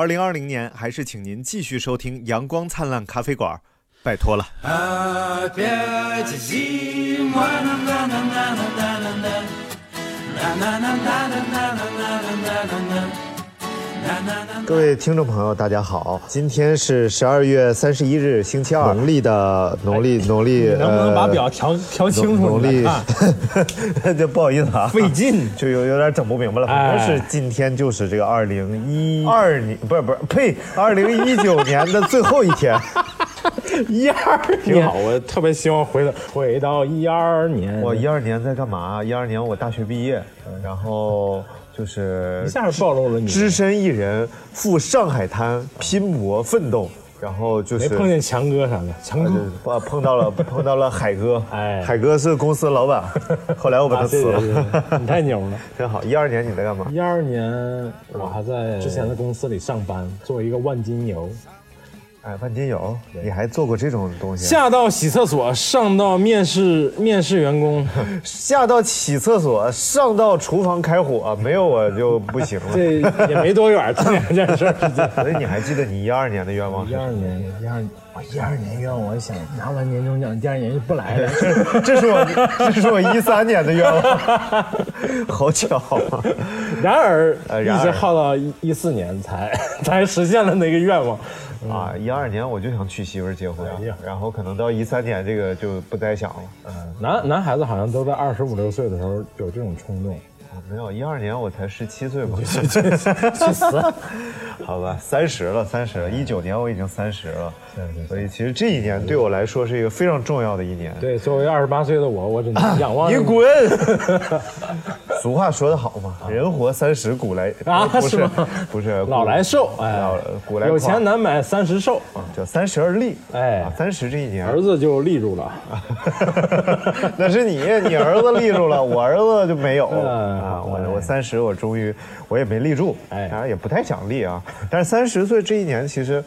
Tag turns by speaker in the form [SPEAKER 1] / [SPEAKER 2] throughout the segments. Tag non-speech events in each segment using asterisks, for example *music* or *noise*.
[SPEAKER 1] 二零二零年还是请您继续收听《阳光灿烂咖啡馆》，拜托了。
[SPEAKER 2] Опять зима, на-на-на-на-на-на-на-на. На-на-на-на-на-на-на-на-на. На-на-на.
[SPEAKER 3] 各位听众朋友，大家好，今天是十二月三十一日，星期二，农历的农历农历，
[SPEAKER 4] 能不能把
[SPEAKER 3] 呃
[SPEAKER 4] 表调调清楚？
[SPEAKER 3] 农农
[SPEAKER 4] 你
[SPEAKER 3] 历
[SPEAKER 4] 再看
[SPEAKER 3] *laughs* 就不好意思啊，
[SPEAKER 4] 费劲
[SPEAKER 3] 就有有点整不明白了。
[SPEAKER 4] 哎
[SPEAKER 3] 反正是今天就是这个二零一二年，不是不是，呸，二零一九年的最后一天。
[SPEAKER 4] *laughs* 一二年挺好，我特别希望回到回到一二年。
[SPEAKER 3] 我一二年在干嘛？一二年我大学毕业，嗯然后就是
[SPEAKER 4] 一下就暴露了你，
[SPEAKER 3] 只身一人赴上海滩拼搏奋斗，然后就
[SPEAKER 4] 没
[SPEAKER 3] 是
[SPEAKER 4] 碰见强哥啥的，强哥
[SPEAKER 3] 碰碰到了 *laughs* 碰到了海哥，
[SPEAKER 4] 哎
[SPEAKER 3] 海哥是公司老
[SPEAKER 4] *laughs*
[SPEAKER 3] 板，后来我把他
[SPEAKER 4] 啊
[SPEAKER 3] 辞
[SPEAKER 4] 对对
[SPEAKER 3] 了，
[SPEAKER 4] 对你太牛 *laughs* 了。
[SPEAKER 3] 真好。一二年你在干嘛？
[SPEAKER 4] 一二年我还在之前的公司里上班，作为一个万金油，
[SPEAKER 3] 哎，万金油，你还做过这种东西？啊
[SPEAKER 4] 下到洗厕所，上到面试面试员工，
[SPEAKER 3] 下到洗厕所，上到厨房开火，啊没有我就不行
[SPEAKER 4] *laughs*
[SPEAKER 3] 了。
[SPEAKER 4] 这也没多远，这两件事儿。
[SPEAKER 3] 所以你还记得你一二年的愿望是
[SPEAKER 4] 一
[SPEAKER 3] 什么？
[SPEAKER 4] 二年，一二我一二年愿望，我想拿完年终奖，第二年就不来了。
[SPEAKER 3] 这是我，这是我一三年的愿望， *laughs* 好巧啊！ *laughs*
[SPEAKER 4] *laughs* 然而，
[SPEAKER 3] 呃然
[SPEAKER 4] 一
[SPEAKER 3] 而
[SPEAKER 4] 直耗到一一四年才 *laughs* 才实现了那个愿望。
[SPEAKER 3] 啊，一二年我就想娶媳妇儿结婚
[SPEAKER 4] 嗯哎呀，
[SPEAKER 3] 然后可能到一三年这个就不再想了。嗯，
[SPEAKER 4] 男男孩子好像都在二十五六岁的时候有这种冲动，
[SPEAKER 3] 我嗯没有，一二年我才十七岁嘛。
[SPEAKER 4] *laughs* 去死！
[SPEAKER 3] *laughs*
[SPEAKER 4] 哎
[SPEAKER 3] 好吧，三十了，三十了，一九年我已经三十了
[SPEAKER 4] 对对，对
[SPEAKER 3] 所以其实这一年对我来说是一个非常重要的一年。
[SPEAKER 4] 对，作为二十八岁的我，我只能仰
[SPEAKER 3] 啊
[SPEAKER 4] 望
[SPEAKER 3] 你
[SPEAKER 4] 着 *laughs*
[SPEAKER 3] 滚！俗话说得好嘛，人活三十古来
[SPEAKER 4] 啊
[SPEAKER 3] 不
[SPEAKER 4] 是
[SPEAKER 3] 是
[SPEAKER 4] 吗
[SPEAKER 3] 不是
[SPEAKER 4] 老来瘦，哎
[SPEAKER 3] 老，古来
[SPEAKER 4] 有
[SPEAKER 3] 夸
[SPEAKER 4] 钱难买三十瘦，
[SPEAKER 3] 叫三十而立，
[SPEAKER 4] 哎
[SPEAKER 3] 啊三十这一年
[SPEAKER 4] 儿子就立住了。
[SPEAKER 3] *laughs* 那是你，你儿子立住了，我儿子就没有
[SPEAKER 4] 嗯
[SPEAKER 3] 啊。
[SPEAKER 4] 哎
[SPEAKER 3] 我我三十，我终于我也没立住，
[SPEAKER 4] 哎
[SPEAKER 3] 然后也不太想立啊。但是三十岁这一年，其实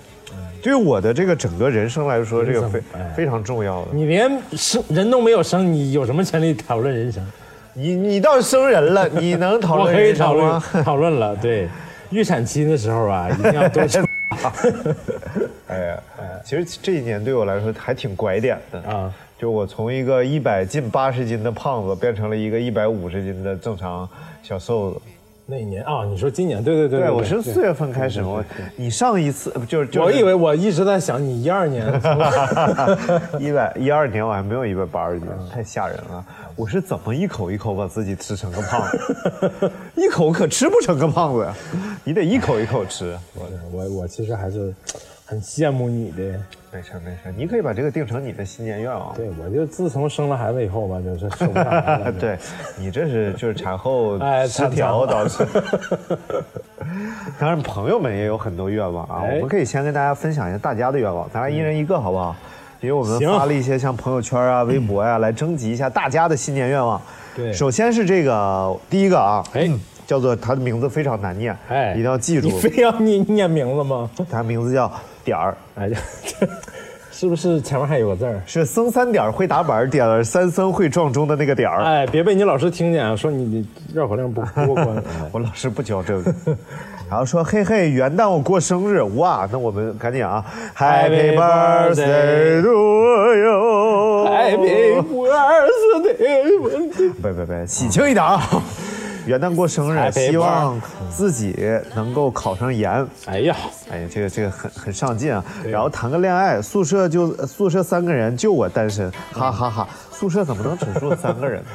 [SPEAKER 3] 对我的这个整个人生来说，这个非
[SPEAKER 4] 哎
[SPEAKER 3] 非常重要的。
[SPEAKER 4] 你连生人都没有生，你有什么权利讨论人生？
[SPEAKER 3] 你你到生人 *laughs* 了，你能讨
[SPEAKER 4] 我
[SPEAKER 3] 论
[SPEAKER 4] 可以
[SPEAKER 3] 人生
[SPEAKER 4] 讨论
[SPEAKER 3] 吗？
[SPEAKER 4] 讨论了。对，预产期的时候啊，
[SPEAKER 3] *laughs*
[SPEAKER 4] 一定要多吃
[SPEAKER 3] 哎呀，其实这一年对我来说还挺拐点的
[SPEAKER 4] 啊。
[SPEAKER 3] 就我从一个一百近八十斤的胖子，变成了一个一百五十斤的正常小瘦子。
[SPEAKER 4] 那一年啊，你说今年？对对对
[SPEAKER 3] 对，我是四月份开始嘛，我你上一次不就是就是
[SPEAKER 4] 我以为我一直在想你一二年，
[SPEAKER 3] *laughs* 一百一二年我还没有一百八十斤，太吓人了。我是怎么一口一口把自己吃成个胖子？一口可吃不成个胖子呀，你得一口一口吃。
[SPEAKER 4] 我我我其实还是很羡慕你的。
[SPEAKER 3] 没事没事，你可以把这个定成你的新年愿望。
[SPEAKER 4] 对，我就自从生了孩子以后吧，就是瘦不下来了。
[SPEAKER 3] 啊 *laughs* 对，你这是就是产 *laughs* 后
[SPEAKER 4] 哎
[SPEAKER 3] 失调
[SPEAKER 4] 产后
[SPEAKER 3] 导致。 *laughs* 当然，朋友们也有很多愿望啊，
[SPEAKER 4] 哎
[SPEAKER 3] 我们可以先跟大家分享一下大家的愿望，咱俩一人一个好不好？因为我们
[SPEAKER 4] 行
[SPEAKER 3] 发了一些像朋友圈啊、微博呀、来征集一下大家的新年愿望。
[SPEAKER 4] 对
[SPEAKER 3] 首先是这个第一个啊，
[SPEAKER 4] 哎
[SPEAKER 3] 叫做他的名字非常难念，
[SPEAKER 4] 哎，
[SPEAKER 3] 一定要记住
[SPEAKER 4] 你，非要念念名字吗？
[SPEAKER 3] 他名字叫点儿，
[SPEAKER 4] 哎呀， *laughs* 这是不是前面还有个字儿？
[SPEAKER 3] 是僧三点儿会打板儿，点儿三僧会撞钟的那个点儿。
[SPEAKER 4] 哎，别被你老师听见啊，说你你绕口令不不过关。
[SPEAKER 3] *laughs* 我老师不教这个， *laughs* 然后说嘿嘿，元旦我过生日，哇，那我们赶紧啊
[SPEAKER 4] Happy
[SPEAKER 3] ，Happy birthday to you，
[SPEAKER 4] 哎，别，我二十的，
[SPEAKER 3] *laughs* 别别别，喜庆一
[SPEAKER 4] *laughs*
[SPEAKER 3] 点啊！元旦过生日，
[SPEAKER 4] Happy
[SPEAKER 3] 希望自己能够考上研。*laughs*
[SPEAKER 4] 哎呀，
[SPEAKER 3] 哎呀，这个这个很很上进啊！然后谈个恋爱，宿舍就宿舍三个人，就我单身，
[SPEAKER 4] 嗯
[SPEAKER 3] 哈哈哈！宿舍怎么能只住三
[SPEAKER 4] *laughs*
[SPEAKER 3] 个人呢？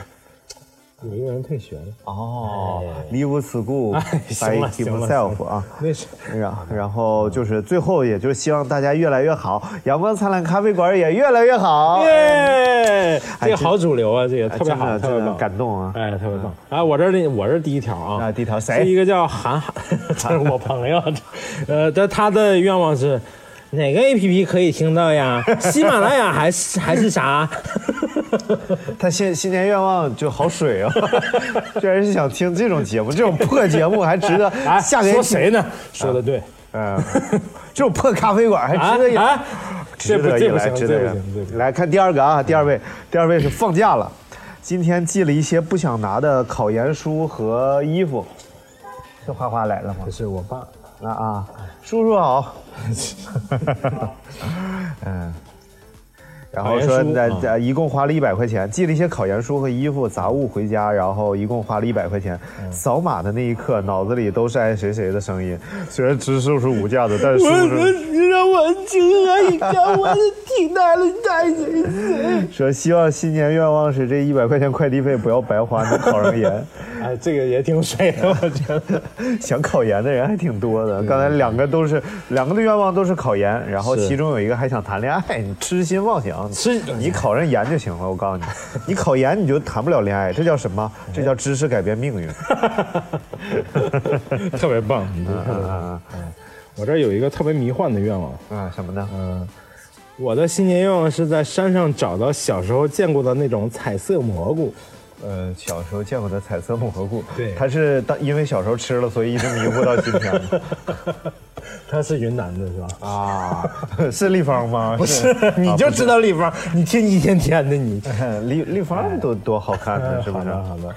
[SPEAKER 4] 有一个人退学了。
[SPEAKER 3] 哦，leave school
[SPEAKER 4] 哎
[SPEAKER 3] by
[SPEAKER 4] 行了行了
[SPEAKER 3] himself 啊。
[SPEAKER 4] 那是
[SPEAKER 3] 然然后就是最后，也就是希望大家越来越好，阳光灿烂咖啡馆也越来越好。
[SPEAKER 4] 耶，这
[SPEAKER 3] 这
[SPEAKER 4] 个好主流啊，这个
[SPEAKER 3] 哎
[SPEAKER 4] 特别好，
[SPEAKER 3] 真的
[SPEAKER 4] 特
[SPEAKER 3] 真
[SPEAKER 4] 别
[SPEAKER 3] 的
[SPEAKER 4] 棒，
[SPEAKER 3] 感动
[SPEAKER 4] *laughs*
[SPEAKER 3] 啊！
[SPEAKER 4] 哎，特别棒！哎，我这儿的我这儿第一条啊，
[SPEAKER 3] 啊第一条谁
[SPEAKER 4] 是一个叫韩 *laughs* 寒，这是我朋友，呃，但他的愿望是哪个 A P P 可以听到呀？喜马拉雅还是还是啥？ *laughs*
[SPEAKER 3] 他新新年愿望就好水
[SPEAKER 4] *laughs*
[SPEAKER 3] 啊，居然是想听这种节目，这种破节目还值
[SPEAKER 4] *laughs*
[SPEAKER 3] 得
[SPEAKER 4] 哎，
[SPEAKER 3] 下给
[SPEAKER 4] 说谁呢？说的对
[SPEAKER 3] 嗯，这种破咖啡馆还
[SPEAKER 4] 啊
[SPEAKER 3] 值得一来，
[SPEAKER 4] 啊！ *laughs* 这
[SPEAKER 3] 值
[SPEAKER 4] 不
[SPEAKER 3] 得一
[SPEAKER 4] 这不
[SPEAKER 3] 来，
[SPEAKER 4] 行，
[SPEAKER 3] 值
[SPEAKER 4] 这
[SPEAKER 3] 得一
[SPEAKER 4] 不
[SPEAKER 3] 来
[SPEAKER 4] 行，这不行！嗯
[SPEAKER 3] 来看第二个啊，第二位，第二位是放假了，今天寄了一些不想拿的考研书和衣服。是花花来了吗
[SPEAKER 4] 这？是我爸，
[SPEAKER 3] 那啊，叔叔
[SPEAKER 4] *laughs*
[SPEAKER 3] 好。嗯，然后
[SPEAKER 4] 烤
[SPEAKER 3] 说
[SPEAKER 4] 盐酥
[SPEAKER 3] 在
[SPEAKER 4] 啊
[SPEAKER 3] 在一共花了一百块钱，寄了一些烤盐书和衣服杂物回家，然后一共花了一百块钱。
[SPEAKER 4] 嗯
[SPEAKER 3] 扫码的那一刻，脑子里都是爱谁谁的声音。虽然知识是无价的，但是叔叔
[SPEAKER 4] 你让我情何以堪？
[SPEAKER 3] *laughs*
[SPEAKER 4] 我是听到了太谁谁。
[SPEAKER 3] 说希望新年愿望是这一百块钱快递费不要白花，能烤上盐。
[SPEAKER 4] 哎，这个也挺水的， *laughs* 我觉得。
[SPEAKER 3] *laughs* 想考研的人还挺多的。刚才两个都是两个的愿望都是考研，然后
[SPEAKER 4] 是
[SPEAKER 3] 其中有一个还想谈恋爱，你痴心妄想，
[SPEAKER 4] 痴
[SPEAKER 3] 你考上研就行了。我告诉你，你考研你就谈不了恋爱，这叫什么？这叫知识改变命运。
[SPEAKER 4] 特别棒。你这特别棒嗯我这儿有一个特别迷幻的愿望，
[SPEAKER 3] 啊，什么呢？
[SPEAKER 4] 我的新年愿望是在山上找到小时候见过的那种彩色蘑菇。
[SPEAKER 3] 呃，小时候见过的彩色蘑菇，
[SPEAKER 4] 对
[SPEAKER 3] 它是当因为小时候吃了，所以一直迷糊到今 *laughs* 天的
[SPEAKER 4] 它是云南的是吧？
[SPEAKER 3] 啊， *laughs* 是立方吗？不是，
[SPEAKER 4] *laughs* 你就知道立方，你听一天天
[SPEAKER 3] *laughs*
[SPEAKER 4] 的你。
[SPEAKER 3] 嗯立立方多多好看呢，是不是？
[SPEAKER 4] 哎好的好的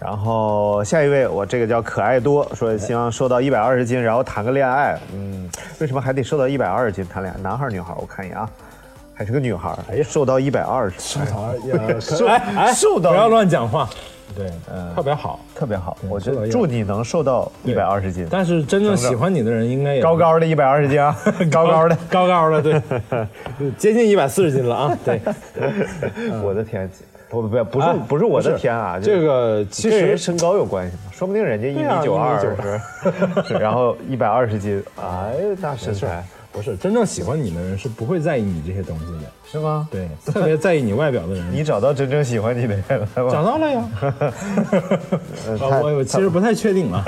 [SPEAKER 3] 然后下一位，我这个叫可爱多，说希望瘦到一百二十斤，然后谈个恋爱。嗯，为什么还得瘦到一百二十斤谈恋爱？男孩儿女孩儿？我看一眼啊，还是个女孩儿。哎呀，瘦到一百二十，
[SPEAKER 4] 瘦 *laughs* 哎哎，
[SPEAKER 3] 瘦到
[SPEAKER 4] 不要乱讲话。对，
[SPEAKER 3] 嗯
[SPEAKER 4] 特别好。
[SPEAKER 3] 特别好。我觉
[SPEAKER 4] 瘦到
[SPEAKER 3] 得
[SPEAKER 4] 120
[SPEAKER 3] 祝你能瘦到一百二十
[SPEAKER 4] *laughs*
[SPEAKER 3] 斤，
[SPEAKER 4] 但是真正喜欢你的人应该也
[SPEAKER 3] 高高的一百二十斤啊，高高的。
[SPEAKER 4] 高高的，对，接近一百四十斤了
[SPEAKER 3] *laughs*
[SPEAKER 4] 啊。对，
[SPEAKER 3] *laughs* 我的天，不不不，不是
[SPEAKER 4] 哎
[SPEAKER 3] 不是我的
[SPEAKER 4] 不是
[SPEAKER 3] 天啊，
[SPEAKER 4] 这个其
[SPEAKER 3] 跟人
[SPEAKER 4] 实
[SPEAKER 3] 身高有关系吗？说不定人家一
[SPEAKER 4] 对啊
[SPEAKER 3] 米九二，
[SPEAKER 4] 1.92
[SPEAKER 3] 是 *laughs* 然后一百二十斤，哎，那身
[SPEAKER 4] 是
[SPEAKER 3] 材
[SPEAKER 4] 不是真正喜欢你的人是不会在意你这些东西的。
[SPEAKER 3] 是吗？
[SPEAKER 4] 对，特别在意你外表的人，
[SPEAKER 3] 你找到真正喜欢你的人了吗？
[SPEAKER 4] 找到了呀。
[SPEAKER 3] *laughs* 他呃
[SPEAKER 4] 啊我我其实不太确定啊。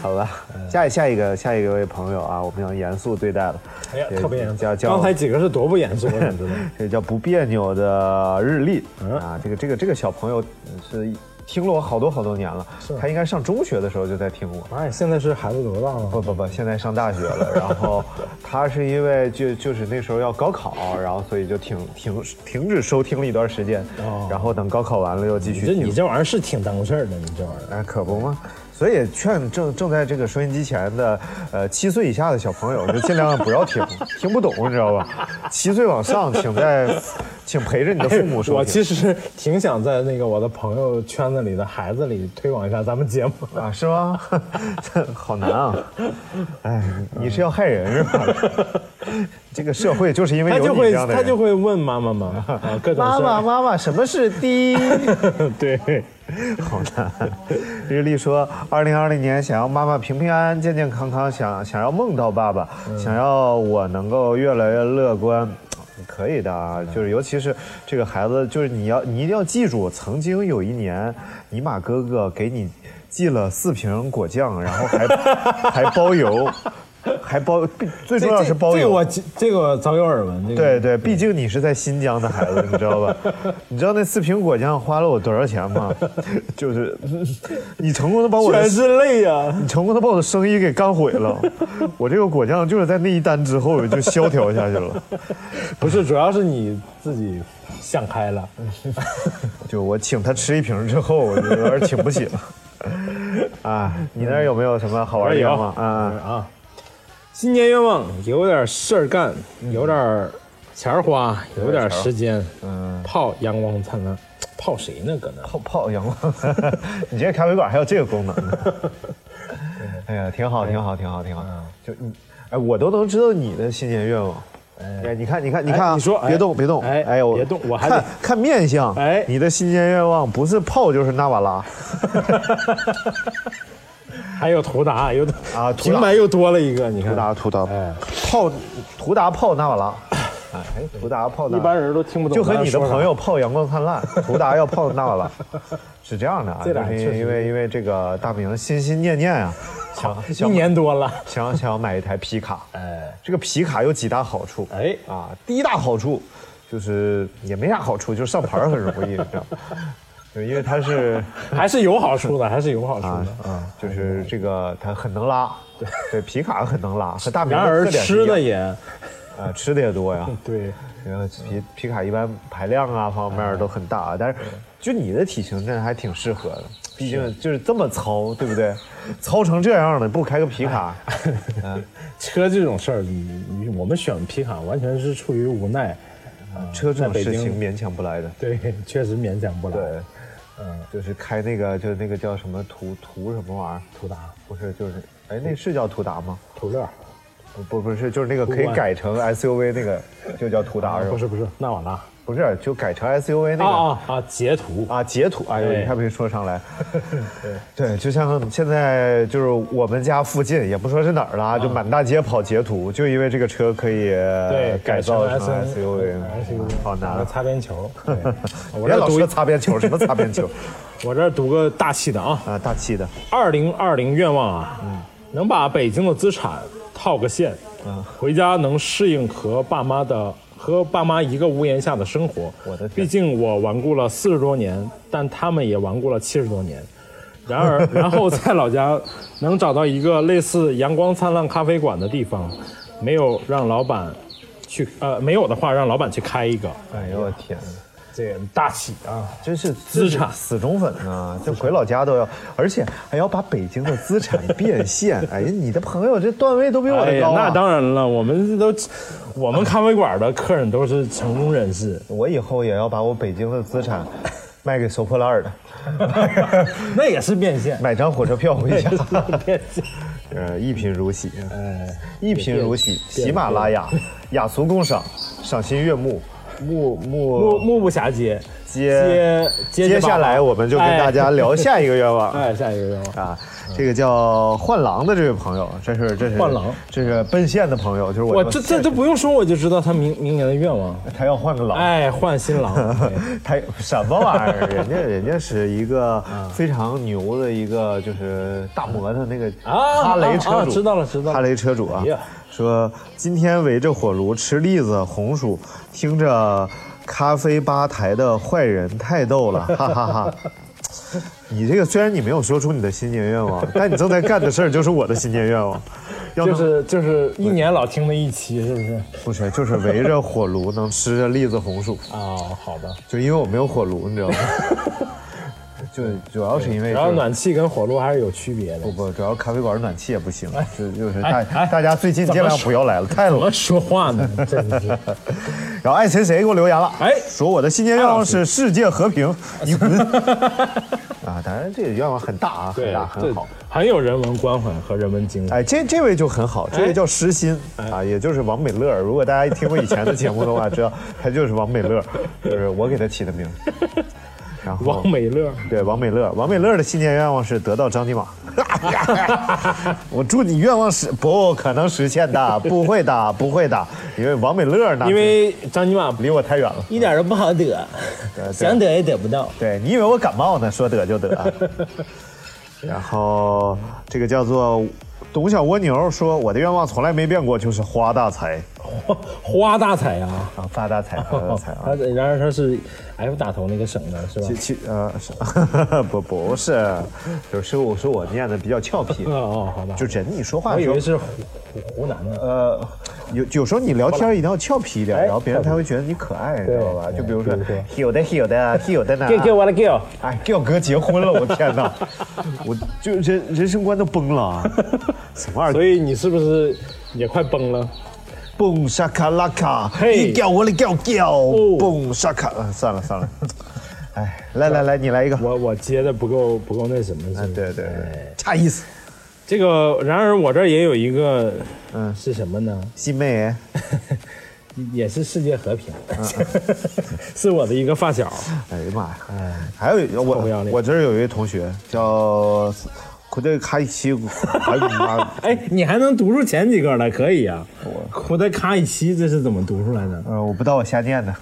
[SPEAKER 3] 好吧，下一下一个下一位朋友啊，我们要严肃对待了。
[SPEAKER 4] 哎呀，
[SPEAKER 3] *laughs* 也
[SPEAKER 4] 特别严肃
[SPEAKER 3] 叫。叫
[SPEAKER 4] 刚才几个是多不严肃，
[SPEAKER 3] *laughs*
[SPEAKER 4] 你知道吗？
[SPEAKER 3] 这叫不别扭的日历
[SPEAKER 4] 嗯
[SPEAKER 3] 啊，这个这个这个小朋友呃是听了我好多好多年了，他应该上中学的时候就在听我。
[SPEAKER 4] 妈呀，现在是孩子多大了？
[SPEAKER 3] 不不不，现在上大学
[SPEAKER 4] *laughs*
[SPEAKER 3] 了，然后他是因为就就是那时候要高考，然后所以就停停停止收听了一段时间，
[SPEAKER 4] 哦
[SPEAKER 3] 然后等高考完了又继续
[SPEAKER 4] 这
[SPEAKER 3] 听。
[SPEAKER 4] 你这玩意儿是挺耽误事儿的，你这玩意儿。
[SPEAKER 3] 哎，可不嘛。所以劝正正在这个收音机前的，呃，七岁以下的小朋友就尽量不要听， *laughs* 听不懂，你知道吧？七岁往上，请在，请陪着你的父母收
[SPEAKER 4] 哎我
[SPEAKER 3] 听。
[SPEAKER 4] 其实挺想在那个我的朋友圈子里的孩子里推广一下咱们节目。
[SPEAKER 3] 啊，是吗？好难啊！哎，你是要害人是吧？ *laughs* 这个社 *laughs* 会就是因为
[SPEAKER 4] 他
[SPEAKER 3] 有
[SPEAKER 4] 就
[SPEAKER 3] 你这
[SPEAKER 4] 会
[SPEAKER 3] 样的
[SPEAKER 4] 他
[SPEAKER 3] 人。
[SPEAKER 4] 就会问妈
[SPEAKER 3] *laughs*
[SPEAKER 4] 妈嘛，啊，各种
[SPEAKER 3] 妈
[SPEAKER 4] 事
[SPEAKER 3] 妈，
[SPEAKER 4] 儿。
[SPEAKER 3] 妈妈，什么是低？
[SPEAKER 4] 对，
[SPEAKER 3] 好 *laughs* 难。日历说，二零二零年想要妈妈平平安安、健健康康，想想要梦到爸爸，
[SPEAKER 4] 嗯
[SPEAKER 3] 想要我能够越来越乐观。可以的啊，
[SPEAKER 4] 嗯
[SPEAKER 3] 就是尤其是这个孩子，就是你要你一定要记住，曾经有一年，尼玛哥哥给你寄了四瓶果酱，然后还 *laughs* 还包邮，还包，最
[SPEAKER 4] 这
[SPEAKER 3] 重要
[SPEAKER 4] 这
[SPEAKER 3] 是包邮。
[SPEAKER 4] 这个我这个我早有耳闻。这个
[SPEAKER 3] 对对，毕竟你是在新疆的孩子，你知道
[SPEAKER 4] *laughs*
[SPEAKER 3] 吧？你知道那四瓶果酱花了我多少钱吗？就是你成功的把我的
[SPEAKER 4] 全是泪啊呀、
[SPEAKER 3] 你成功的把我的生意给干毁了，我这个果酱就是在那一单之后我就萧条下去了。
[SPEAKER 4] *laughs* 不是，主要是你自己想开了。
[SPEAKER 3] 就我请他吃一瓶之后，我就有点请不起了。啊，你那儿有没有什么好玩的地方吗？啊，
[SPEAKER 4] 啊，新年愿望有点事儿干，有点钱儿花，嗯有点时间，嗯，啊泡阳光灿烂，泡谁呢？搁那
[SPEAKER 3] 泡泡阳光， *laughs* 你这咖啡馆还有这个功能
[SPEAKER 4] *laughs*
[SPEAKER 3] 呢？哎呀，挺好，挺好，挺好，挺好。
[SPEAKER 4] 嗯
[SPEAKER 3] 就你，哎，我都能知道你的新年愿望。哎，你看，你看，你看啊！
[SPEAKER 4] 你说哎
[SPEAKER 3] 别动，别动！
[SPEAKER 4] 哎
[SPEAKER 3] 我
[SPEAKER 4] 别动我还得
[SPEAKER 3] 看看面相。
[SPEAKER 4] 哎
[SPEAKER 3] 你的新年愿望不是泡就是纳瓦拉。
[SPEAKER 4] 还有图达，有
[SPEAKER 3] 啊图达
[SPEAKER 4] 平白又多了一个，你
[SPEAKER 3] 图
[SPEAKER 4] 看，
[SPEAKER 3] 达图达
[SPEAKER 4] 哎
[SPEAKER 3] 泡图达泡纳瓦拉，哎，图达泡纳
[SPEAKER 4] 一
[SPEAKER 3] 瓦
[SPEAKER 4] 般
[SPEAKER 3] 拉，
[SPEAKER 4] 人都听不懂。
[SPEAKER 3] 就和你的朋
[SPEAKER 4] 友，
[SPEAKER 3] 友泡阳光灿烂，
[SPEAKER 4] *laughs*
[SPEAKER 3] 图达要泡纳瓦拉，是这样的啊，
[SPEAKER 4] 这
[SPEAKER 3] 就
[SPEAKER 4] 俩
[SPEAKER 3] 是
[SPEAKER 4] 确实
[SPEAKER 3] 因为因为这个大明心心念念啊，
[SPEAKER 4] *laughs*
[SPEAKER 3] 想
[SPEAKER 4] 一
[SPEAKER 3] 想
[SPEAKER 4] 年多了，
[SPEAKER 3] 想想要买一台皮卡，
[SPEAKER 4] 哎
[SPEAKER 3] 这个皮卡有几大好处，
[SPEAKER 4] 哎
[SPEAKER 3] 啊，第一大好处就是也没啥好处，就是上牌儿很容易，你知
[SPEAKER 4] *laughs*
[SPEAKER 3] 道吗，对因为它是。
[SPEAKER 4] 还是有好处的，还是有好处
[SPEAKER 3] 啊
[SPEAKER 4] 的。嗯
[SPEAKER 3] 啊，就是这个，它很能拉，对对，皮卡很
[SPEAKER 4] *laughs*
[SPEAKER 3] 能拉，和大明
[SPEAKER 4] 然
[SPEAKER 3] 的
[SPEAKER 4] 而
[SPEAKER 3] 特点是一
[SPEAKER 4] 吃的
[SPEAKER 3] 样
[SPEAKER 4] 也
[SPEAKER 3] 啊，吃的也多
[SPEAKER 4] *laughs*
[SPEAKER 3] 呀。
[SPEAKER 4] 对，
[SPEAKER 3] 然后皮啊
[SPEAKER 4] 哎
[SPEAKER 3] 皮卡一般排量啊方面都很大，但是就你的体型真的还挺适合的。毕竟就是这么糙，对不
[SPEAKER 4] *laughs*
[SPEAKER 3] 对？糙成这样了，不开个皮卡，
[SPEAKER 4] 哎车这种事儿，你你我们选皮卡完全是出于无奈，
[SPEAKER 3] 车这
[SPEAKER 4] 在
[SPEAKER 3] 种
[SPEAKER 4] 北
[SPEAKER 3] 事
[SPEAKER 4] 京
[SPEAKER 3] 情勉强不来的。
[SPEAKER 4] 对，确实勉强不来。
[SPEAKER 3] 对，嗯，就是开那个，就是那个叫什么途途什么玩意儿？
[SPEAKER 4] 途达、
[SPEAKER 3] 不是，就是哎，那是叫途达吗？
[SPEAKER 4] 途乐，啊
[SPEAKER 3] 不不不是，就是那个可以
[SPEAKER 4] 途观
[SPEAKER 3] 改成 SUV 那个，就叫途啊达是吧？哦
[SPEAKER 4] 不是不是，纳瓦拉。
[SPEAKER 3] 不是，就改成 SUV 那个。
[SPEAKER 4] 啊啊啊！截图
[SPEAKER 3] 啊，截图，哎呦，
[SPEAKER 4] 对
[SPEAKER 3] 你还没说上 *laughs* 来。对就像现在就是我们家附近，也不说是哪儿了啊，就满大街跑截图，就因为这个车可以
[SPEAKER 4] 对
[SPEAKER 3] 呃改造成
[SPEAKER 4] SUV
[SPEAKER 3] SUV，好难啊。
[SPEAKER 4] 擦边球。
[SPEAKER 3] *laughs*
[SPEAKER 4] 对我
[SPEAKER 3] 别
[SPEAKER 4] 这儿
[SPEAKER 3] 老
[SPEAKER 4] 读
[SPEAKER 3] 说
[SPEAKER 4] 一，
[SPEAKER 3] 擦边球，什么擦边球
[SPEAKER 4] 我这儿读个大气的啊。
[SPEAKER 3] 啊？大气的，
[SPEAKER 4] 二零二零愿望啊，能把北京的资产套个现，回家能适应和爸妈的和爸妈一个屋檐下的生活。
[SPEAKER 3] 我的天
[SPEAKER 4] 毕竟我顽固了四十多年，但他们也顽固了七十多年。然而， *laughs* 然后在老家能找到一个类似阳光灿烂咖啡馆的地方，没有让老板去呃没有的话，让老板去开一个，
[SPEAKER 3] 哎呦我天，
[SPEAKER 4] 这个大气啊！
[SPEAKER 3] 真是
[SPEAKER 4] 资产
[SPEAKER 3] 死忠粉啊！ *laughs* 这回老家都要，而且还要把北京的资产变
[SPEAKER 4] *laughs*
[SPEAKER 3] 现。哎呀，你的朋友这段位都比我
[SPEAKER 4] 哎
[SPEAKER 3] 的
[SPEAKER 4] 呀
[SPEAKER 3] 高，啊！
[SPEAKER 4] 那当然了，我们都，我们咖啡馆的客人都是成功人士，
[SPEAKER 3] 我以后也要把我北京的资产卖给收破烂儿的。 *laughs*
[SPEAKER 4] 那也是变现，
[SPEAKER 3] 买张火车票回家。 *laughs*
[SPEAKER 4] 变现。
[SPEAKER 3] 呃，一贫如洗，呃
[SPEAKER 4] 哎，
[SPEAKER 3] 一贫如洗。喜马拉雅，雅俗共赏，赏心悦目。
[SPEAKER 4] 目目目不暇接，
[SPEAKER 3] 接
[SPEAKER 4] 接
[SPEAKER 3] 接下来，我们就跟大家聊下一个愿望。
[SPEAKER 4] *laughs* 哎，下一个愿望，
[SPEAKER 3] 啊，这个叫换狼的这位朋友，这是这是
[SPEAKER 4] 换狼，
[SPEAKER 3] 这是奔现的朋友，就是我
[SPEAKER 4] 我这这都不用说，我就知道他明明年的愿望，
[SPEAKER 3] 他要换个狼，
[SPEAKER 4] 哎，换新 *laughs* 郎，对
[SPEAKER 3] *laughs* 他什么玩意儿？人家人家是一个
[SPEAKER 4] 嗯
[SPEAKER 3] 非常牛的一个，就是大摩的那个
[SPEAKER 4] 啊
[SPEAKER 3] 哈雷车主，
[SPEAKER 4] 啊啊知道了知道了
[SPEAKER 3] 哈雷车主啊，
[SPEAKER 4] 哎呀
[SPEAKER 3] 说今天围着火炉吃栗子、红薯，听着咖啡吧台的坏人太逗
[SPEAKER 4] *laughs*
[SPEAKER 3] 了，哈哈哈你这个虽然你没有说出你的新年愿
[SPEAKER 4] *laughs*
[SPEAKER 3] 望，但你正在干的事儿就是我的新年愿望，要
[SPEAKER 4] 就
[SPEAKER 3] 能
[SPEAKER 4] 是就是一年老听的一期，是不是？
[SPEAKER 3] 不是就是围着火炉能吃着栗子、红薯，
[SPEAKER 4] 啊，好吧，
[SPEAKER 3] 就因为我没有火炉，你知
[SPEAKER 4] *laughs*
[SPEAKER 3] 道吗？就主要是因为、就是，
[SPEAKER 4] 然后暖气跟火炉还是有区别的
[SPEAKER 3] 不。不，主要咖啡馆暖气也不行，就就是大、
[SPEAKER 4] 哎哎
[SPEAKER 3] 大家最近尽量不要来了，太冷
[SPEAKER 4] 怎
[SPEAKER 3] 了。
[SPEAKER 4] 么说话呢？ *laughs* 真是，
[SPEAKER 3] 然后爱谁谁给我留言了，
[SPEAKER 4] 哎
[SPEAKER 3] 说我的新年愿望是世界和平，你滚 *laughs* 啊！当然这个愿望很大啊，很
[SPEAKER 4] 对
[SPEAKER 3] 大，很
[SPEAKER 4] 这
[SPEAKER 3] 好。
[SPEAKER 4] 很有人文关怀和人文精神。
[SPEAKER 3] 哎，这这位就很
[SPEAKER 4] 哎
[SPEAKER 3] 好，这位叫石鑫、啊，也就是王美乐。如果大家听过以前的节目的话，知道他就是王美乐，就是我给他起的名。然后
[SPEAKER 4] 王美乐，
[SPEAKER 3] 对，王美乐，王美乐的新年愿望是得到张尼玛。 *laughs* 我祝你愿望实不可能实现的，不会的，不会的，因为王美乐呢，
[SPEAKER 4] 因为张尼玛啊
[SPEAKER 3] 离我太远了。
[SPEAKER 4] *laughs* 一点都不好得，想得也得不到。
[SPEAKER 3] 对你以为我感冒呢，说得就
[SPEAKER 4] *laughs*
[SPEAKER 3] 得。然后这个叫做董小蜗牛说，我的愿望从来没变过，就是花大财
[SPEAKER 4] 花大彩啊！
[SPEAKER 3] 啊，发大财，发大财啊。
[SPEAKER 4] *laughs* 他然而他是 F 打头那个省的是吧
[SPEAKER 3] 其？其呃是 *laughs* 不不是，就是我说我念的比较俏皮
[SPEAKER 4] *laughs* 哦，哦，好吧，
[SPEAKER 3] 就人一说话
[SPEAKER 4] 我
[SPEAKER 3] 的
[SPEAKER 4] 以
[SPEAKER 3] 时候
[SPEAKER 4] 为是湖湖南的。
[SPEAKER 3] 呃，有有时候你聊天一定要俏皮一点，
[SPEAKER 4] 哎
[SPEAKER 3] 然后别人才会觉得你可爱，你知道吧？
[SPEAKER 4] 对
[SPEAKER 3] 就比如说
[SPEAKER 4] 对对，
[SPEAKER 3] 有的有的有的呢，
[SPEAKER 4] 给给我了给我，
[SPEAKER 3] 哎，给我哥结婚了，我天
[SPEAKER 4] *laughs*
[SPEAKER 3] 哪，我就人人生观都崩了啊，什么玩意
[SPEAKER 4] 所
[SPEAKER 3] 儿？
[SPEAKER 4] 以你是不是也快崩了？
[SPEAKER 3] 蹦沙卡拉卡，
[SPEAKER 4] 嘿哦
[SPEAKER 3] 你叫我的叫叫，蹦沙卡，啊算了
[SPEAKER 4] *laughs*
[SPEAKER 3] 算了，哎，来来来，你来一个，
[SPEAKER 4] 我我接的不够不够那什么是吧？
[SPEAKER 3] 对对
[SPEAKER 4] 哎
[SPEAKER 3] 对，差意思，
[SPEAKER 4] 这个然而我这儿也有一个，嗯，是什么呢？
[SPEAKER 3] 新妹，
[SPEAKER 4] 也是世界和平， *laughs* 是我的一个发小，
[SPEAKER 3] 哎呀妈呀，
[SPEAKER 4] 哎，
[SPEAKER 3] 还有一我
[SPEAKER 4] 臭不要脸
[SPEAKER 3] 我这儿有一位同学叫。库德卡伊
[SPEAKER 4] *laughs*
[SPEAKER 3] 奇，哎呀妈呀
[SPEAKER 4] 哎，你还能读出前几个来，可以啊。苦的卡一期，这是怎么读出来的？
[SPEAKER 3] 呃，我不知道我瞎念的，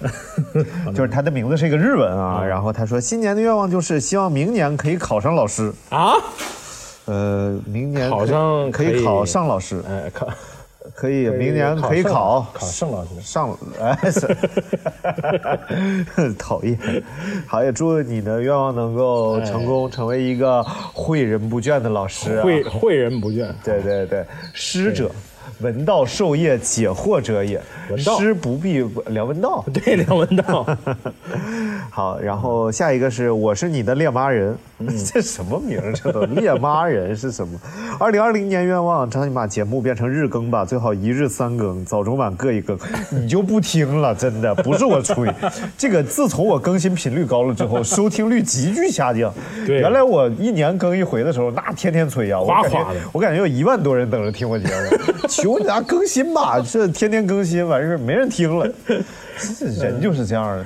[SPEAKER 4] *laughs*
[SPEAKER 3] 就是他的名字是一个日文
[SPEAKER 4] 嗯
[SPEAKER 3] 啊。然后他说，新年的愿望就是希望明年可以考上老师。
[SPEAKER 4] 啊？
[SPEAKER 3] 呃，明年
[SPEAKER 4] 考
[SPEAKER 3] 可以
[SPEAKER 4] 上
[SPEAKER 3] 可
[SPEAKER 4] 可以
[SPEAKER 3] 以考上老师，
[SPEAKER 4] 哎，靠，
[SPEAKER 3] 可以明年可以考
[SPEAKER 4] 考盛老师。
[SPEAKER 3] 上
[SPEAKER 4] *laughs*
[SPEAKER 3] 哎是，讨厌。好，也祝你的愿望能够
[SPEAKER 4] 哎
[SPEAKER 3] 成功，成为一个诲人不倦的老师、啊。
[SPEAKER 4] 诲诲人不倦， *laughs*
[SPEAKER 3] 对对对，师者，文道授业解惑者也。
[SPEAKER 4] 文道
[SPEAKER 3] 师不必梁文道。 *laughs*
[SPEAKER 4] 对梁文道，
[SPEAKER 3] 好，然后下一个是我是你的猎妈人，
[SPEAKER 4] 嗯
[SPEAKER 3] *laughs* 这什么名儿？这都猎妈人是什么？ *laughs* 二零二零年愿望，张你把节目变成日更吧，最好一日三更，早中晚各一更。你就不听了，真的不是我
[SPEAKER 4] *laughs*
[SPEAKER 3] 吹，这个自从我更新频率高了之后，收听率急剧下降。
[SPEAKER 4] 对
[SPEAKER 3] 原来我一年更一回的时候，那天天催呀，我
[SPEAKER 4] 哗
[SPEAKER 3] 感觉
[SPEAKER 4] 哗的
[SPEAKER 3] 我感觉有一万多人等着听我节
[SPEAKER 4] *laughs*
[SPEAKER 3] 目，求你啊更新吧！这天天更新完事儿没人听了，这人就是这样的，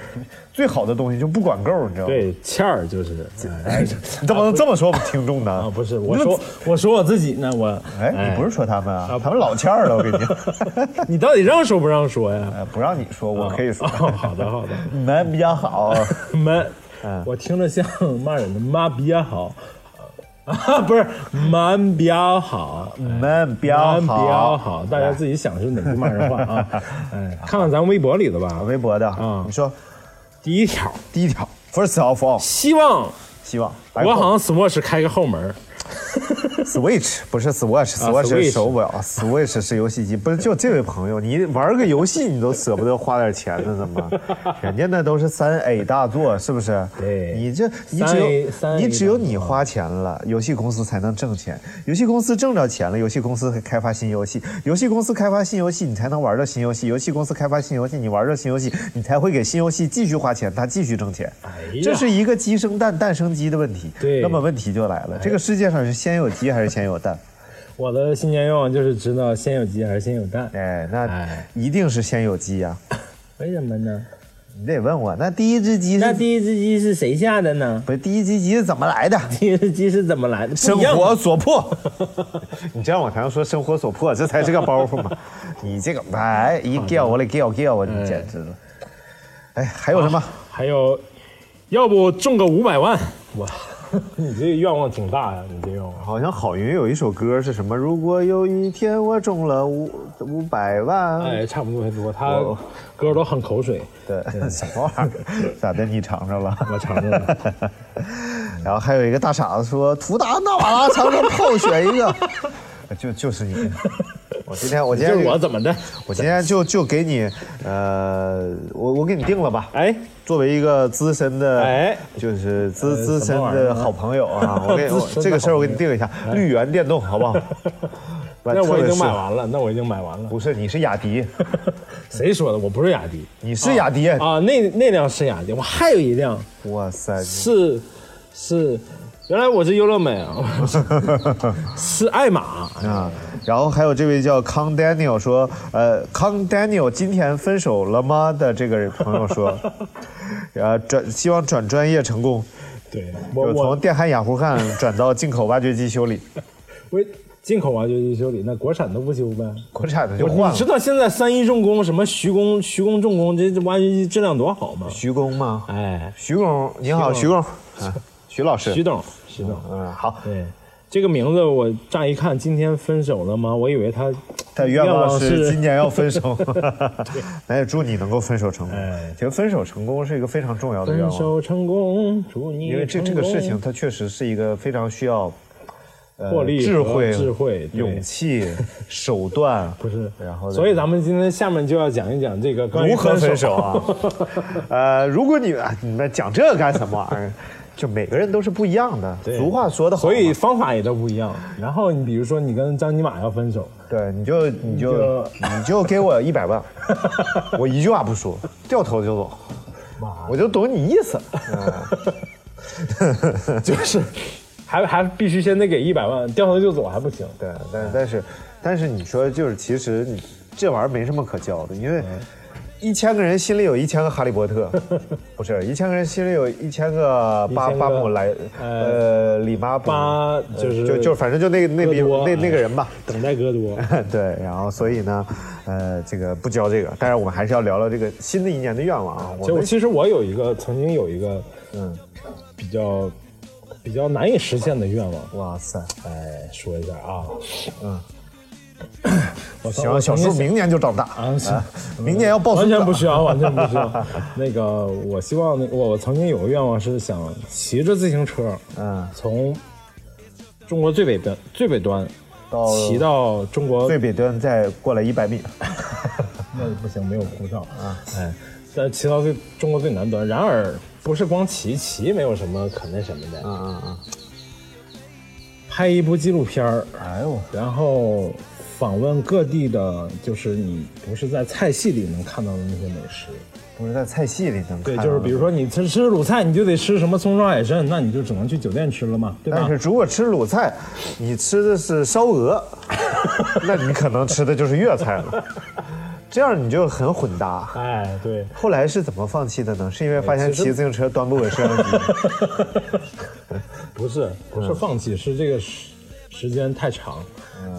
[SPEAKER 3] 最好的东西就不管够，你知道吗？
[SPEAKER 4] 对，欠儿就是。哎，
[SPEAKER 3] 你怎么能这么说我们听众呢？
[SPEAKER 4] 啊，
[SPEAKER 3] 啊
[SPEAKER 4] 不是，我说我说我自己呢，我
[SPEAKER 3] 哎，你不是说他们啊？他们老欠儿了，我跟你
[SPEAKER 4] *laughs*
[SPEAKER 3] 讲，
[SPEAKER 4] 你到底让说不让说呀？
[SPEAKER 3] 哎不让你说，我 *laughs* 可以说
[SPEAKER 4] 哦。好的好的， *laughs*
[SPEAKER 3] 你们比较好，
[SPEAKER 4] 妈，
[SPEAKER 3] 哎
[SPEAKER 4] 我听着像骂人的妈比较好啊，不是妈比较好，
[SPEAKER 3] 你们比较
[SPEAKER 4] 妈比较
[SPEAKER 3] 好。
[SPEAKER 4] 好，大家自己想是哪句骂人话啊？ *laughs* 哎，看看咱微博里的吧。
[SPEAKER 3] 微博的
[SPEAKER 4] 嗯，
[SPEAKER 3] 你说
[SPEAKER 4] 第一条，
[SPEAKER 3] 第一条，first of all，
[SPEAKER 4] 希望
[SPEAKER 3] 希望
[SPEAKER 4] 我好像 Swatch 开个后门，
[SPEAKER 3] Switch 不是 Swatch，Swatch、
[SPEAKER 4] 啊 Switch
[SPEAKER 3] 是手表，Switch 是游戏机。不是，就这位朋友，你玩个游戏你都舍不得花点钱呢，怎么？人家那都是三 A 大作，是不是？
[SPEAKER 4] 对
[SPEAKER 3] 你这你
[SPEAKER 4] 三
[SPEAKER 3] 只
[SPEAKER 4] A
[SPEAKER 3] 有
[SPEAKER 4] 三 A
[SPEAKER 3] 你只有你花钱了，游戏公司才能挣钱。游戏公司挣着钱了，游戏公司才开发新游戏，游戏公司开发新游戏，你才能玩到新游戏。游戏公司开发新游戏，你玩到新游戏，你才会给新游戏继续花钱，它继续挣钱。
[SPEAKER 4] 哎呀
[SPEAKER 3] 这是一个鸡生蛋，蛋生鸡的问题。
[SPEAKER 4] 对
[SPEAKER 3] 那么问题就来了，这个世界上是先有鸡还是先有蛋？
[SPEAKER 4] 我的新年愿望就是知道先有鸡还是先有蛋，
[SPEAKER 3] 哎，那
[SPEAKER 4] 哎
[SPEAKER 3] 一定是先有鸡呀、
[SPEAKER 4] 为什么呢？
[SPEAKER 3] 你得问我，那第一只鸡
[SPEAKER 4] 那
[SPEAKER 3] 是
[SPEAKER 4] 第一只鸡是谁下的呢？ *laughs*
[SPEAKER 3] 不是第一只鸡是怎么来的？
[SPEAKER 4] 第一只鸡是怎么来的？不
[SPEAKER 3] 生
[SPEAKER 4] 一样
[SPEAKER 3] 活所迫， *laughs* 你这样我才能说生活所迫，这才是个包袱嘛。 *laughs* 你这个哎，一叫我来叫叫我，你简直了。哎，还有什么？
[SPEAKER 4] 还有，要不中个五百万？哇， *laughs* 你这个愿望挺大呀、你这愿望。
[SPEAKER 3] 好像郝云有一首歌是什么？如果有一天我中了五五百万，
[SPEAKER 4] 哎，差不多还多，他
[SPEAKER 3] 我
[SPEAKER 4] 歌都很口水，
[SPEAKER 3] 对， *laughs* 什么玩意儿？咋的？你尝着了？
[SPEAKER 4] 我尝尝 *laughs* 了。
[SPEAKER 3] *laughs* 然后还有一个大傻子说：“图达纳瓦拉长城炮选一个。” *laughs* 就就是你，我今天我今
[SPEAKER 4] 这
[SPEAKER 3] 天
[SPEAKER 4] 是我怎么的？
[SPEAKER 3] 我今天就就给你，呃，我我给你定了吧。
[SPEAKER 4] 哎，
[SPEAKER 3] 作为一个资深的，
[SPEAKER 4] 哎
[SPEAKER 3] 就是资
[SPEAKER 4] 呃
[SPEAKER 3] 资
[SPEAKER 4] 什
[SPEAKER 3] 深
[SPEAKER 4] 么玩意儿
[SPEAKER 3] 的
[SPEAKER 4] 呢
[SPEAKER 3] 好朋友啊，我给
[SPEAKER 4] *laughs* 资
[SPEAKER 3] 我
[SPEAKER 4] 深的
[SPEAKER 3] 这个事儿
[SPEAKER 4] 好
[SPEAKER 3] 我
[SPEAKER 4] 朋友哎
[SPEAKER 3] 给你定一下，绿源电动
[SPEAKER 4] *laughs*
[SPEAKER 3] 好不好？完
[SPEAKER 4] 那我
[SPEAKER 3] 特
[SPEAKER 4] 已
[SPEAKER 3] 别
[SPEAKER 4] 经
[SPEAKER 3] 适
[SPEAKER 4] 买
[SPEAKER 3] 合
[SPEAKER 4] 完了，那我已经买完了。
[SPEAKER 3] 不是你是雅迪，
[SPEAKER 4] 谁说的？我不是雅迪
[SPEAKER 3] 你是雅迪，
[SPEAKER 4] 啊，那那辆是雅迪，我还有一辆
[SPEAKER 3] 哇塞，你
[SPEAKER 4] 是是，原来我是优乐美
[SPEAKER 3] *laughs*
[SPEAKER 4] 啊，是爱玛。
[SPEAKER 3] 啊，然后还有这位叫康 Daniel 说，呃，康 Daniel 今天分手了吗？的这个朋友
[SPEAKER 4] *laughs*
[SPEAKER 3] 说，呃，转希望转专业成功，
[SPEAKER 4] 对
[SPEAKER 3] 就
[SPEAKER 4] 我
[SPEAKER 3] 从
[SPEAKER 4] 我
[SPEAKER 3] 电焊氩弧焊转到进口挖掘机修
[SPEAKER 4] *laughs*
[SPEAKER 3] 理，
[SPEAKER 4] 我进口挖掘机修理，那国产都不修呗。
[SPEAKER 3] 国产的就
[SPEAKER 4] 我
[SPEAKER 3] 换
[SPEAKER 4] 你知
[SPEAKER 3] 了。
[SPEAKER 4] 道现在三一重工什么徐工徐工重工这这挖掘机质量多好吗？
[SPEAKER 3] 徐工吗？
[SPEAKER 4] 哎，
[SPEAKER 3] 徐工，你好，徐
[SPEAKER 4] 徐
[SPEAKER 3] 工，啊徐老师，
[SPEAKER 4] 徐董徐董，
[SPEAKER 3] 嗯，好，
[SPEAKER 4] 对这个名字我乍一看今天分手了吗？我以为他
[SPEAKER 3] 他愿望是今
[SPEAKER 4] 是
[SPEAKER 3] 年要分
[SPEAKER 4] *laughs*
[SPEAKER 3] 手， *laughs* 那也祝你能够分手成功
[SPEAKER 4] 哎。
[SPEAKER 3] 其实分手成功是一个非常重要的愿
[SPEAKER 4] 分
[SPEAKER 3] 望，
[SPEAKER 4] 手成功，祝你
[SPEAKER 3] 因为这
[SPEAKER 4] 成
[SPEAKER 3] 这个
[SPEAKER 4] 功
[SPEAKER 3] 事情它确实是一个非常需要。呃
[SPEAKER 4] 魄力和
[SPEAKER 3] 智慧、
[SPEAKER 4] 智慧对
[SPEAKER 3] 勇气、手段，
[SPEAKER 4] *laughs* 不是，
[SPEAKER 3] 然后呢
[SPEAKER 4] 所以咱们今天下面就要讲一讲这个关于
[SPEAKER 3] 如何分手
[SPEAKER 4] 手
[SPEAKER 3] 啊？ *laughs* 呃，如果你啊你们讲这干什么玩意儿？就每个人都是不一样的。
[SPEAKER 4] 对
[SPEAKER 3] 俗话说得好嘛，
[SPEAKER 4] 所以方法也都不一样。然后你比如说你跟张尼玛要分手，
[SPEAKER 3] 对，你就你就
[SPEAKER 4] 就
[SPEAKER 3] 你就给我一百
[SPEAKER 4] *laughs*
[SPEAKER 3] 万，我一句话不说，掉头就走，
[SPEAKER 4] 妈
[SPEAKER 3] 我就懂你意思。嗯
[SPEAKER 4] *laughs* 就是还还必须先得给一百万，掉头就走还不行。
[SPEAKER 3] 对，但但是但是你说就是，其实你这玩意儿没什么可教的，因为
[SPEAKER 4] 嗯
[SPEAKER 3] 一千个人心里有一千个哈利波
[SPEAKER 4] *laughs*
[SPEAKER 3] 特，不是一千个人心里有一千个巴
[SPEAKER 4] 一千个
[SPEAKER 3] 巴姆莱呃里巴布
[SPEAKER 4] 巴就是
[SPEAKER 3] 嗯就就反正就那个那
[SPEAKER 4] 戈
[SPEAKER 3] 比
[SPEAKER 4] 多嗯
[SPEAKER 3] 那那个人吧。 *laughs*
[SPEAKER 4] 等待戈多，
[SPEAKER 3] 对，然后所以呢，呃，这个不教这个，但是我们还是要聊聊这个新的一年的愿望啊。我
[SPEAKER 4] 就
[SPEAKER 3] 们
[SPEAKER 4] 其实我有一个曾经有一个
[SPEAKER 3] 嗯，
[SPEAKER 4] 比较比较难以实现的愿望，
[SPEAKER 3] 哇塞，
[SPEAKER 4] 哎，说一下啊，嗯，我曾
[SPEAKER 3] 行，小
[SPEAKER 4] 我曾经
[SPEAKER 3] 树
[SPEAKER 4] 想
[SPEAKER 3] 明年就长大啊
[SPEAKER 4] 啊是
[SPEAKER 3] 明年要抱
[SPEAKER 4] 完
[SPEAKER 3] 孙
[SPEAKER 4] 全不
[SPEAKER 3] 子。
[SPEAKER 4] 需要，完全不需要。
[SPEAKER 3] *laughs*
[SPEAKER 4] 那个，我希望那我我曾经有个愿望是想骑着自行车，
[SPEAKER 3] 嗯，
[SPEAKER 4] 从中国最北端最北端
[SPEAKER 3] 到
[SPEAKER 4] 骑到中国
[SPEAKER 3] 哦最北端再过来一百米，
[SPEAKER 4] 那不行，没有护照啊，哎，但骑到最中国最南端。然而不是光骑，骑没有什么可那什么的。
[SPEAKER 3] 嗯嗯嗯，
[SPEAKER 4] 拍一部纪录片儿，
[SPEAKER 3] 哎呦，
[SPEAKER 4] 然后访问各地的，就是你不是在菜系里能看到的那些美食。
[SPEAKER 3] 不是在菜系里能看
[SPEAKER 4] 对，
[SPEAKER 3] 到
[SPEAKER 4] 就是比如说你吃吃鲁菜，你就得吃什么葱烧海参，那你就只能去酒店吃了嘛，对吧？
[SPEAKER 3] 但是如果吃鲁菜，你吃的是烧
[SPEAKER 4] *laughs*
[SPEAKER 3] 鹅，那你可能吃的就是粤菜了，这样你就很混搭。
[SPEAKER 4] 哎，对，
[SPEAKER 3] 后来是怎么放弃的呢？是因为发
[SPEAKER 4] 哎
[SPEAKER 3] 现骑自行车端不稳摄
[SPEAKER 4] *laughs*
[SPEAKER 3] 像机，
[SPEAKER 4] 不是不是放弃，是这个时时间太长。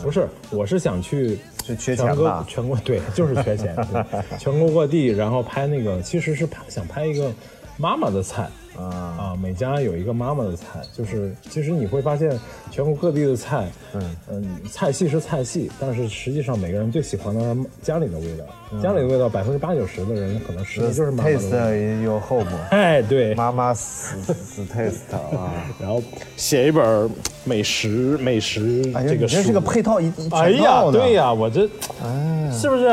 [SPEAKER 4] 不是，我是想去
[SPEAKER 3] 是缺
[SPEAKER 4] 全
[SPEAKER 3] 钱
[SPEAKER 4] 国
[SPEAKER 3] 吧？
[SPEAKER 4] 全国对，就是缺钱，对全国各地，然后拍那个，其实是拍想拍一个妈妈的菜。
[SPEAKER 3] 啊，
[SPEAKER 4] 啊，每家有一个妈妈的菜，就是其实你会发现全国各地的菜，嗯菜系是菜系，但是实际上每个人最喜欢的是家里的味道，家里的味道百分之八九十的人可能吃的就是妈妈的味道。
[SPEAKER 3] taste your home，
[SPEAKER 4] 哎，对，
[SPEAKER 3] 妈妈死死 taste 啊！
[SPEAKER 4] 然后写一本美食美食
[SPEAKER 3] 哎呀，
[SPEAKER 4] 这
[SPEAKER 3] 你
[SPEAKER 4] 个
[SPEAKER 3] 这是
[SPEAKER 4] 书
[SPEAKER 3] 个。配套一一
[SPEAKER 4] 哎
[SPEAKER 3] 全
[SPEAKER 4] 呀，
[SPEAKER 3] 套的
[SPEAKER 4] 对呀，我这，是不是？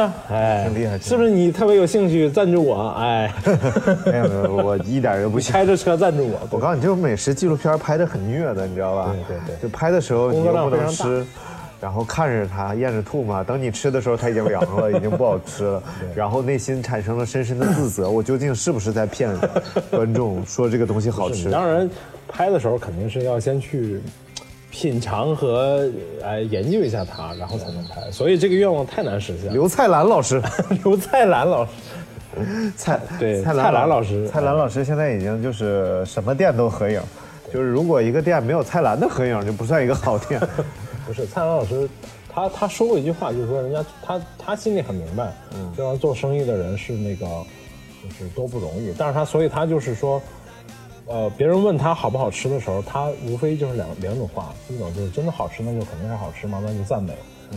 [SPEAKER 3] 啊
[SPEAKER 4] 哎，
[SPEAKER 3] 挺厉害
[SPEAKER 4] 是不是你特别有兴趣赞助我？哎，
[SPEAKER 3] *laughs* 没有没有，我一点儿都不想。
[SPEAKER 4] 开着车赞助我，
[SPEAKER 3] 我告诉你，这种美食纪录片拍的很虐的，你知道吧？
[SPEAKER 4] 对对对
[SPEAKER 3] 就拍的时候你
[SPEAKER 4] 工作
[SPEAKER 3] 又
[SPEAKER 4] 量
[SPEAKER 3] 不能
[SPEAKER 4] 非常大
[SPEAKER 3] 吃，然后看着它咽着吐嘛。等你吃的时候，它已经凉了，已经不好吃
[SPEAKER 4] *laughs*
[SPEAKER 3] 了。然后内心产生了深深的自责：我究竟是不是在骗观众说这个东西好
[SPEAKER 4] 是
[SPEAKER 3] 吃
[SPEAKER 4] 你？当然，拍的时候肯定是要先去品尝和哎研究一下它，然后才能拍。所以这个愿望太难实现了。
[SPEAKER 3] 刘菜兰老师，
[SPEAKER 4] 刘蔡澜老师，
[SPEAKER 3] 蔡
[SPEAKER 4] 对
[SPEAKER 3] 澜
[SPEAKER 4] *laughs* 蔡澜老师
[SPEAKER 3] 蔡澜老师现在已经就是什么店都合影，就是如果一个店没有蔡澜的合影，就不算一个好店。
[SPEAKER 4] 不是蔡澜老师，他他说过一句话，就是说人家他他心里很明白，嗯，这样做生意的人是那个就是多不容易，但是他所以他就是说。呃，别人问他好不好吃的时候，他无非就是两两种话，一种就是真的好吃，那就肯定是好吃嘛，那就赞美；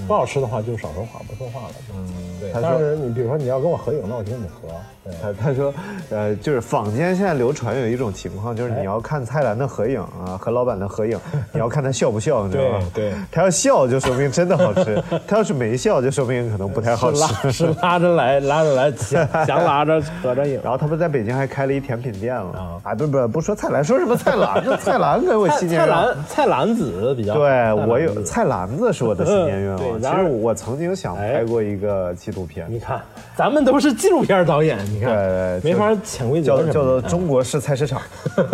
[SPEAKER 4] 不好吃的话，就少说话，不说话了。嗯，对。
[SPEAKER 3] 嗯他说
[SPEAKER 4] 但是你比如说你要跟我合影，那我就跟你合。对。
[SPEAKER 3] 他他说，呃，就是坊间现在流传有一种情况，
[SPEAKER 4] 哎
[SPEAKER 3] 就是你要看蔡澜的合影啊，和老板的合
[SPEAKER 4] *laughs*
[SPEAKER 3] 影，你要看他笑不笑，你知道吗？
[SPEAKER 4] 对对
[SPEAKER 3] *laughs* 他要笑就说明真的好
[SPEAKER 4] *laughs*
[SPEAKER 3] 吃，他要是没笑就说明可能不太好吃。
[SPEAKER 4] 是拉是拉着来，拉着来，想想拉着合着
[SPEAKER 3] *laughs*
[SPEAKER 4] 影。
[SPEAKER 3] 然后他们在北京还开了一甜品店了
[SPEAKER 4] 啊，
[SPEAKER 3] 啊，不不不说蔡澜，说什么蔡
[SPEAKER 4] *laughs*
[SPEAKER 3] 澜？这蔡澜给我
[SPEAKER 4] 蔡
[SPEAKER 3] 新年
[SPEAKER 4] 蔡
[SPEAKER 3] 愿望
[SPEAKER 4] 澜蔡澜子比较
[SPEAKER 3] 对我有
[SPEAKER 4] 蔡澜子
[SPEAKER 3] 蔡澜子是我的新年愿望。
[SPEAKER 4] *laughs* 对
[SPEAKER 3] 其
[SPEAKER 4] 然哎
[SPEAKER 3] 实
[SPEAKER 4] 而
[SPEAKER 3] 我曾经想拍过一个纪录片，
[SPEAKER 4] 你看，咱们都是纪录片导演，你
[SPEAKER 3] 对
[SPEAKER 4] 看
[SPEAKER 3] 对
[SPEAKER 4] 没法潜规则
[SPEAKER 3] 叫
[SPEAKER 4] 什么的
[SPEAKER 3] 叫做中国式菜市场，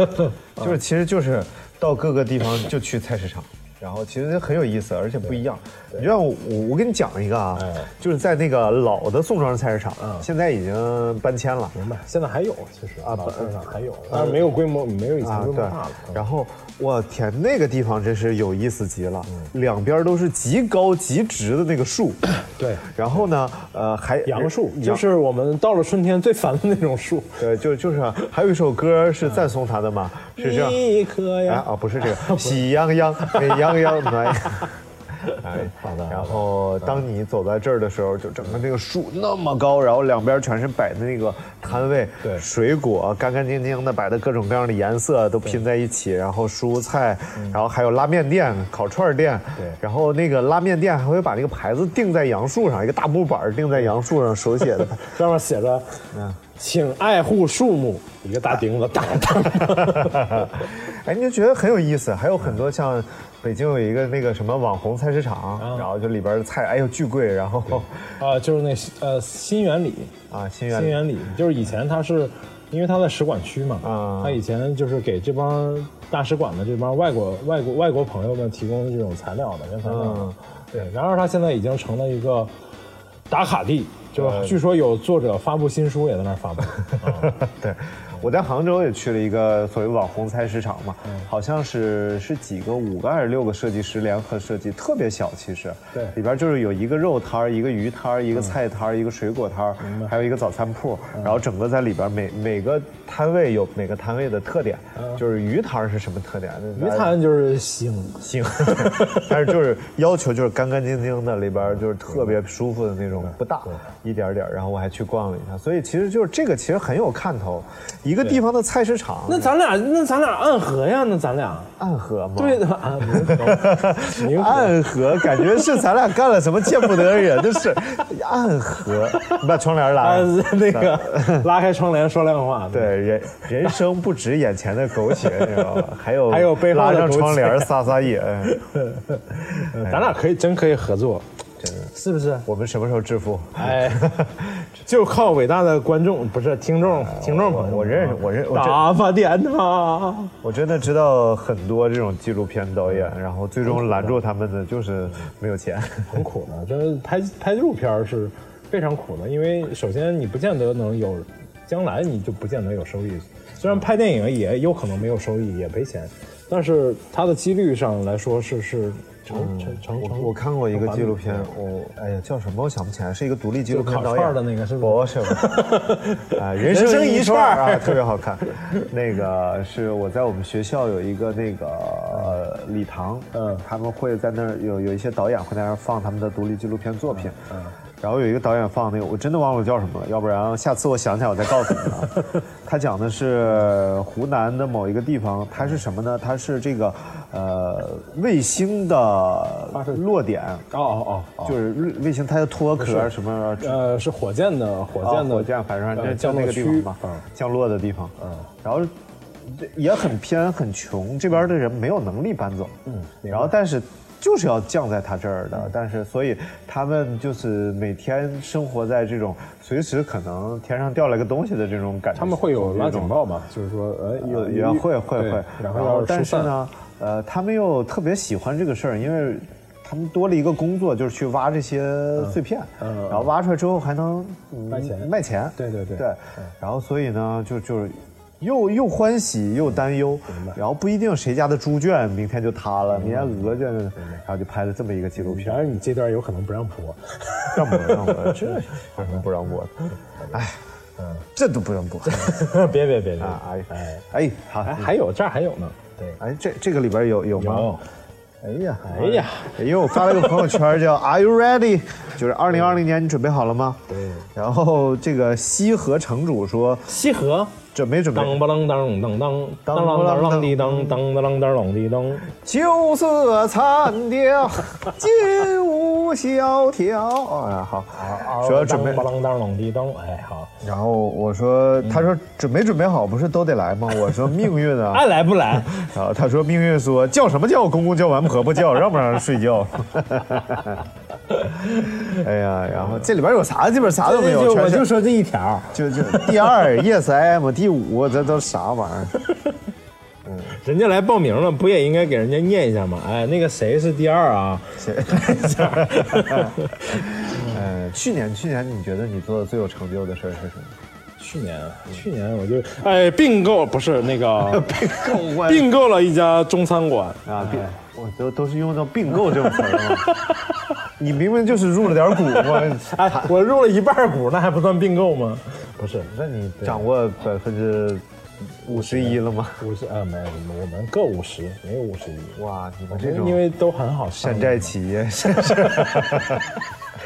[SPEAKER 3] *laughs* 就是其实就是到各个地方就去菜市场，然后其实很有意思，而且不一样。你让我我我给你讲一个啊
[SPEAKER 4] 哎，嗯
[SPEAKER 3] 就是在那个老的宋庄菜市场，现在已经搬迁了。
[SPEAKER 4] 明白，嗯现在还有，其实啊，老市场还有，但是没有规模，没有以前
[SPEAKER 3] 呃啊
[SPEAKER 4] 规，模
[SPEAKER 3] 对
[SPEAKER 4] 嗯大了。，
[SPEAKER 3] 然后我天，那个地方真是有意思极了，两边都是极高极直的那个树，
[SPEAKER 4] 嗯对，
[SPEAKER 3] 然后呢，呃，还
[SPEAKER 4] 杨树
[SPEAKER 3] 杨
[SPEAKER 4] 就是我们到了春天最烦的那种树，
[SPEAKER 3] 对，就就是啊，还有一首歌是赞颂他的嘛，是这样。
[SPEAKER 4] 一棵
[SPEAKER 3] 哎
[SPEAKER 4] 呀，
[SPEAKER 3] 啊，不是
[SPEAKER 4] *laughs*
[SPEAKER 3] 这个，喜洋洋，美洋洋，暖。哎，
[SPEAKER 4] 好的
[SPEAKER 3] 然后当你走在这儿的时候，就整个那个树那么高，然后两边全是摆的那个摊位，
[SPEAKER 4] 对
[SPEAKER 3] 水果干干净净的摆的各种各样的颜色都拼在一起，然后蔬菜，然后还有拉面店、烤串店，
[SPEAKER 4] 嗯对
[SPEAKER 3] 然后那个拉面店还会把那个牌子钉在杨树上，一个大木板儿钉在杨树上，手写的。
[SPEAKER 4] 上面写着，
[SPEAKER 3] 嗯
[SPEAKER 4] 请爱护树木，一个大
[SPEAKER 3] 啊
[SPEAKER 4] 钉子，大
[SPEAKER 3] *laughs*
[SPEAKER 4] 大。
[SPEAKER 3] 哎，你就觉得很有意思，还有很多像北京有一个那个什么网红菜市场，
[SPEAKER 4] 啊
[SPEAKER 3] 然后就里边的菜，哎呦巨贵，然后
[SPEAKER 4] 啊，就是那呃新源里，
[SPEAKER 3] *laughs* 啊新源
[SPEAKER 4] 新源里就是以前他是，因为他在使馆区嘛，
[SPEAKER 3] 啊
[SPEAKER 4] 他以前就是给这帮大使馆的这帮外国外国外国朋友们提供这种材料的原材料的，
[SPEAKER 3] 嗯
[SPEAKER 4] 对。然而他现在已经成了一个打卡地，就是据说有作者发布新书也在那儿发 *laughs* 布，
[SPEAKER 3] 对，我在杭州也去了一个所谓网红菜市场嘛，
[SPEAKER 4] 嗯
[SPEAKER 3] 好像是是几个五个还是六个设计师联合设计，特别小其实。
[SPEAKER 4] 对
[SPEAKER 3] 里边就是有一个肉摊儿、一个鱼摊儿、一个菜摊儿、一个水果摊儿，
[SPEAKER 4] 嗯
[SPEAKER 3] 还有一个早餐铺，然后整个在里边每每个摊位有每个摊位的特点，就是鱼摊儿是什么特点？
[SPEAKER 4] 嗯鱼摊 *laughs* 就是腥，
[SPEAKER 3] 行， *laughs* 但是就是要求就是干干净净的，里边儿就是特别舒服的那种，不大，一点儿点儿。然后我还去逛了一下，所以其实就是这个其实很有看头。一一个地方的菜市场，
[SPEAKER 4] 那咱 *laughs* 俩那咱俩暗合呀，那咱俩
[SPEAKER 3] 暗河吗？
[SPEAKER 4] 对的 *laughs* 啊，明合明合
[SPEAKER 3] 暗合，感觉是咱俩干了什么见不得人的事。暗合， *laughs* 你把窗帘
[SPEAKER 4] *laughs*
[SPEAKER 3] 拉
[SPEAKER 4] 啊
[SPEAKER 3] 上。，
[SPEAKER 4] 那个拉开窗帘说亮话，
[SPEAKER 3] 对，人人生不止眼前的苟且，你知道吧？还有
[SPEAKER 4] 还有背
[SPEAKER 3] 拉
[SPEAKER 4] 后的
[SPEAKER 3] 上
[SPEAKER 4] 苟且
[SPEAKER 3] 窗帘撒撒野。哎
[SPEAKER 4] 咱俩可以真可以合作，真是不是？
[SPEAKER 3] 我们什么时候致富？
[SPEAKER 4] *laughs* 哎，就靠伟大的观众不是听众，听众朋友，啊
[SPEAKER 3] 我认识，我认我真
[SPEAKER 4] 打发点他。
[SPEAKER 3] 我真的知道很多这种纪录片导演，然后最终拦住他们的就是没有钱。
[SPEAKER 4] *laughs* 很苦的，这拍拍纪录片儿是非常苦的，因为首先你不见得能有，将来你就不见得有收益。虽然拍电影也有可能没有收益，也赔钱，但是它的几率上来说是是嗯成成成
[SPEAKER 3] 我 *laughs*
[SPEAKER 4] 成。
[SPEAKER 3] 我看过一个纪录片
[SPEAKER 4] 成，
[SPEAKER 3] 我哎呀叫什么我想不起来，是一个独立纪录片导
[SPEAKER 4] 就烤串
[SPEAKER 3] 演
[SPEAKER 4] 儿的那个是不
[SPEAKER 3] 不是不是，啊，人生一串儿啊，特别好看。 *laughs* 那个是我在我们学校有一个那个呃礼堂，嗯，他们会在那儿有有一些导演会在那儿放他们的独立纪录片作品，嗯。然后有一个导演放那个，我真的忘了叫什么了，要不然下次我想起来我再告诉 *laughs* 你啊。他讲的是湖南的某一个地方，它是什么呢？它是这个呃卫星的落点，
[SPEAKER 4] 哦哦哦，
[SPEAKER 3] 就是卫星它的脱壳什么
[SPEAKER 4] 呃，是火箭的火箭的
[SPEAKER 3] 哦火箭，反正就就
[SPEAKER 4] 呃降落
[SPEAKER 3] 那个地
[SPEAKER 4] 区
[SPEAKER 3] 方吧
[SPEAKER 4] 嗯，
[SPEAKER 3] 降落的地方。嗯，然后这也很偏很穷，这边的人没有能力搬走。嗯，然后但是就是要降在他这儿
[SPEAKER 4] 嗯
[SPEAKER 3] 的，但是所以他们就是每天生活在这种随时可能天上掉了个东西的这种感觉。
[SPEAKER 4] 他们会有拉
[SPEAKER 3] 这种
[SPEAKER 4] 警报嘛？就是说，呃，有
[SPEAKER 3] 呃也会会
[SPEAKER 4] 对
[SPEAKER 3] 会，
[SPEAKER 4] 然后要疏
[SPEAKER 3] 但是
[SPEAKER 4] 散，
[SPEAKER 3] 呢，呃，他们又特别喜欢这个事儿，因为他们多了一个工作，就是去挖这些碎片，
[SPEAKER 4] 嗯嗯
[SPEAKER 3] 然后挖出来之后还能、嗯
[SPEAKER 4] 卖钱
[SPEAKER 3] 卖钱，
[SPEAKER 4] 对对对嗯
[SPEAKER 3] 对，然后所以呢，就就是。又又欢喜又担忧，然后不一定谁家的猪圈明天就塌
[SPEAKER 4] 嗯
[SPEAKER 3] 了，明天鹅圈，然后就拍了这么一个纪录片
[SPEAKER 4] 然。后你这段有可能不让播，
[SPEAKER 3] 让 *laughs* 播让播，这有什么不让播的？哎，这都不让播
[SPEAKER 4] *laughs* 别别别
[SPEAKER 3] *laughs*
[SPEAKER 4] 别，
[SPEAKER 3] 啊！哎哎，好，
[SPEAKER 4] 哎，还有这儿还有呢，对，
[SPEAKER 3] 哎，这这个里边有有吗？
[SPEAKER 4] 有，
[SPEAKER 3] 哎呀，
[SPEAKER 4] 哎呀，
[SPEAKER 3] 因为我发了个朋友圈
[SPEAKER 4] *laughs*
[SPEAKER 3] 叫 “Are you ready”，就是二零二零年你准备好了吗？对。然后这个西河城主说
[SPEAKER 4] 西河。
[SPEAKER 3] 准没准备，
[SPEAKER 4] 当不啷当当当当啷当啷滴当当当啷当啷滴当，
[SPEAKER 3] 秋色残
[SPEAKER 4] *laughs*
[SPEAKER 3] 凋，金屋萧条。啊，好，说要准啊备
[SPEAKER 4] 不。啷当啷滴当，哎好，
[SPEAKER 3] 然后我说，他
[SPEAKER 4] 嗯
[SPEAKER 3] 说准没准备好，不是都得来吗？我说命运啊，
[SPEAKER 4] *laughs* 爱来不来？
[SPEAKER 3] *laughs* 然后他说命运说叫什么叫，公公叫完婆婆叫，让不让人睡
[SPEAKER 4] *laughs*
[SPEAKER 3] 觉？哎呀，然后这里边有啥？这边啥啊都没有，
[SPEAKER 4] 我
[SPEAKER 3] 全是
[SPEAKER 4] 就说这一条，
[SPEAKER 3] 就就第二 Yes I am，第五这都啥玩意儿？
[SPEAKER 4] 人家来报名了，不也应该给人家念一下吗？哎，那个谁是第二啊？
[SPEAKER 3] 谁呃，去年去年你觉得你做的最有成就的事儿是什么？
[SPEAKER 4] 去年啊去年我就嗯哎并购不是那 *laughs* 个
[SPEAKER 3] 并购啊
[SPEAKER 4] 并购了一家中餐馆，
[SPEAKER 3] 啊，并我都都是用到并购这种词儿吗？你明明就是入了点股嘛，
[SPEAKER 4] 哎 *laughs* 我入了一半股，那还不算并购吗？不是，那你
[SPEAKER 3] 掌握百分之五十一了吗？
[SPEAKER 4] 五十啊没有，我们各五十，没有五十一。
[SPEAKER 3] 哇，你们这种
[SPEAKER 4] 因为都很好上
[SPEAKER 3] 山
[SPEAKER 4] 嘛
[SPEAKER 3] 寨企业，是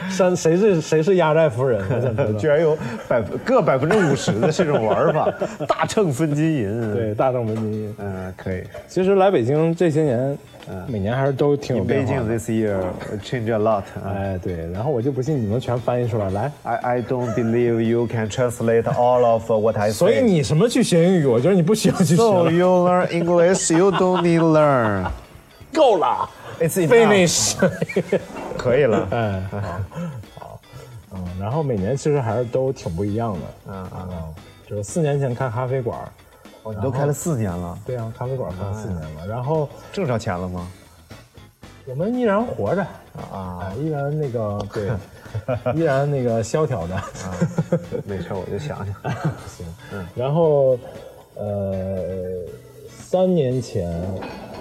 [SPEAKER 4] 山谁是谁是压寨夫人？我 *laughs* 想知道
[SPEAKER 3] 居然有百分各百分之五十的这种玩法，大秤分金银。，
[SPEAKER 4] 对，大众文明。
[SPEAKER 3] 嗯，可以。
[SPEAKER 4] 其实来北京这些年，每年还是都嗯挺有哦变化
[SPEAKER 3] Beijing
[SPEAKER 4] 的。
[SPEAKER 3] this year change a lot. 啊
[SPEAKER 4] 哎，对，然后我就不信你能全翻译出来。来，
[SPEAKER 3] I, I don't believe you can translate all of what I say.
[SPEAKER 4] 所以你什么去学英语？我觉得你不需要去学 *laughs*
[SPEAKER 3] So
[SPEAKER 4] 了，
[SPEAKER 3] you learn English, you don't need learn.
[SPEAKER 4] 够 *laughs* 了
[SPEAKER 3] It's enough.
[SPEAKER 4] ，finish。
[SPEAKER 3] 可以了。
[SPEAKER 4] 哎，好，好，嗯，然后每年其实还是都挺不一样的。嗯嗯，就是四年前开咖啡馆儿，
[SPEAKER 3] 哦，你都开了嗯四年了，
[SPEAKER 4] 对啊，咖啡馆儿开四年了，然后
[SPEAKER 3] 挣着钱了吗？
[SPEAKER 4] 我们依然活着
[SPEAKER 3] 啊
[SPEAKER 4] 啊，，依然
[SPEAKER 3] *laughs*
[SPEAKER 4] 那个对，依然那个萧条的。
[SPEAKER 3] 啊嗯没事，我就想想。
[SPEAKER 4] *laughs* 行， *laughs* 然后呃，三年前，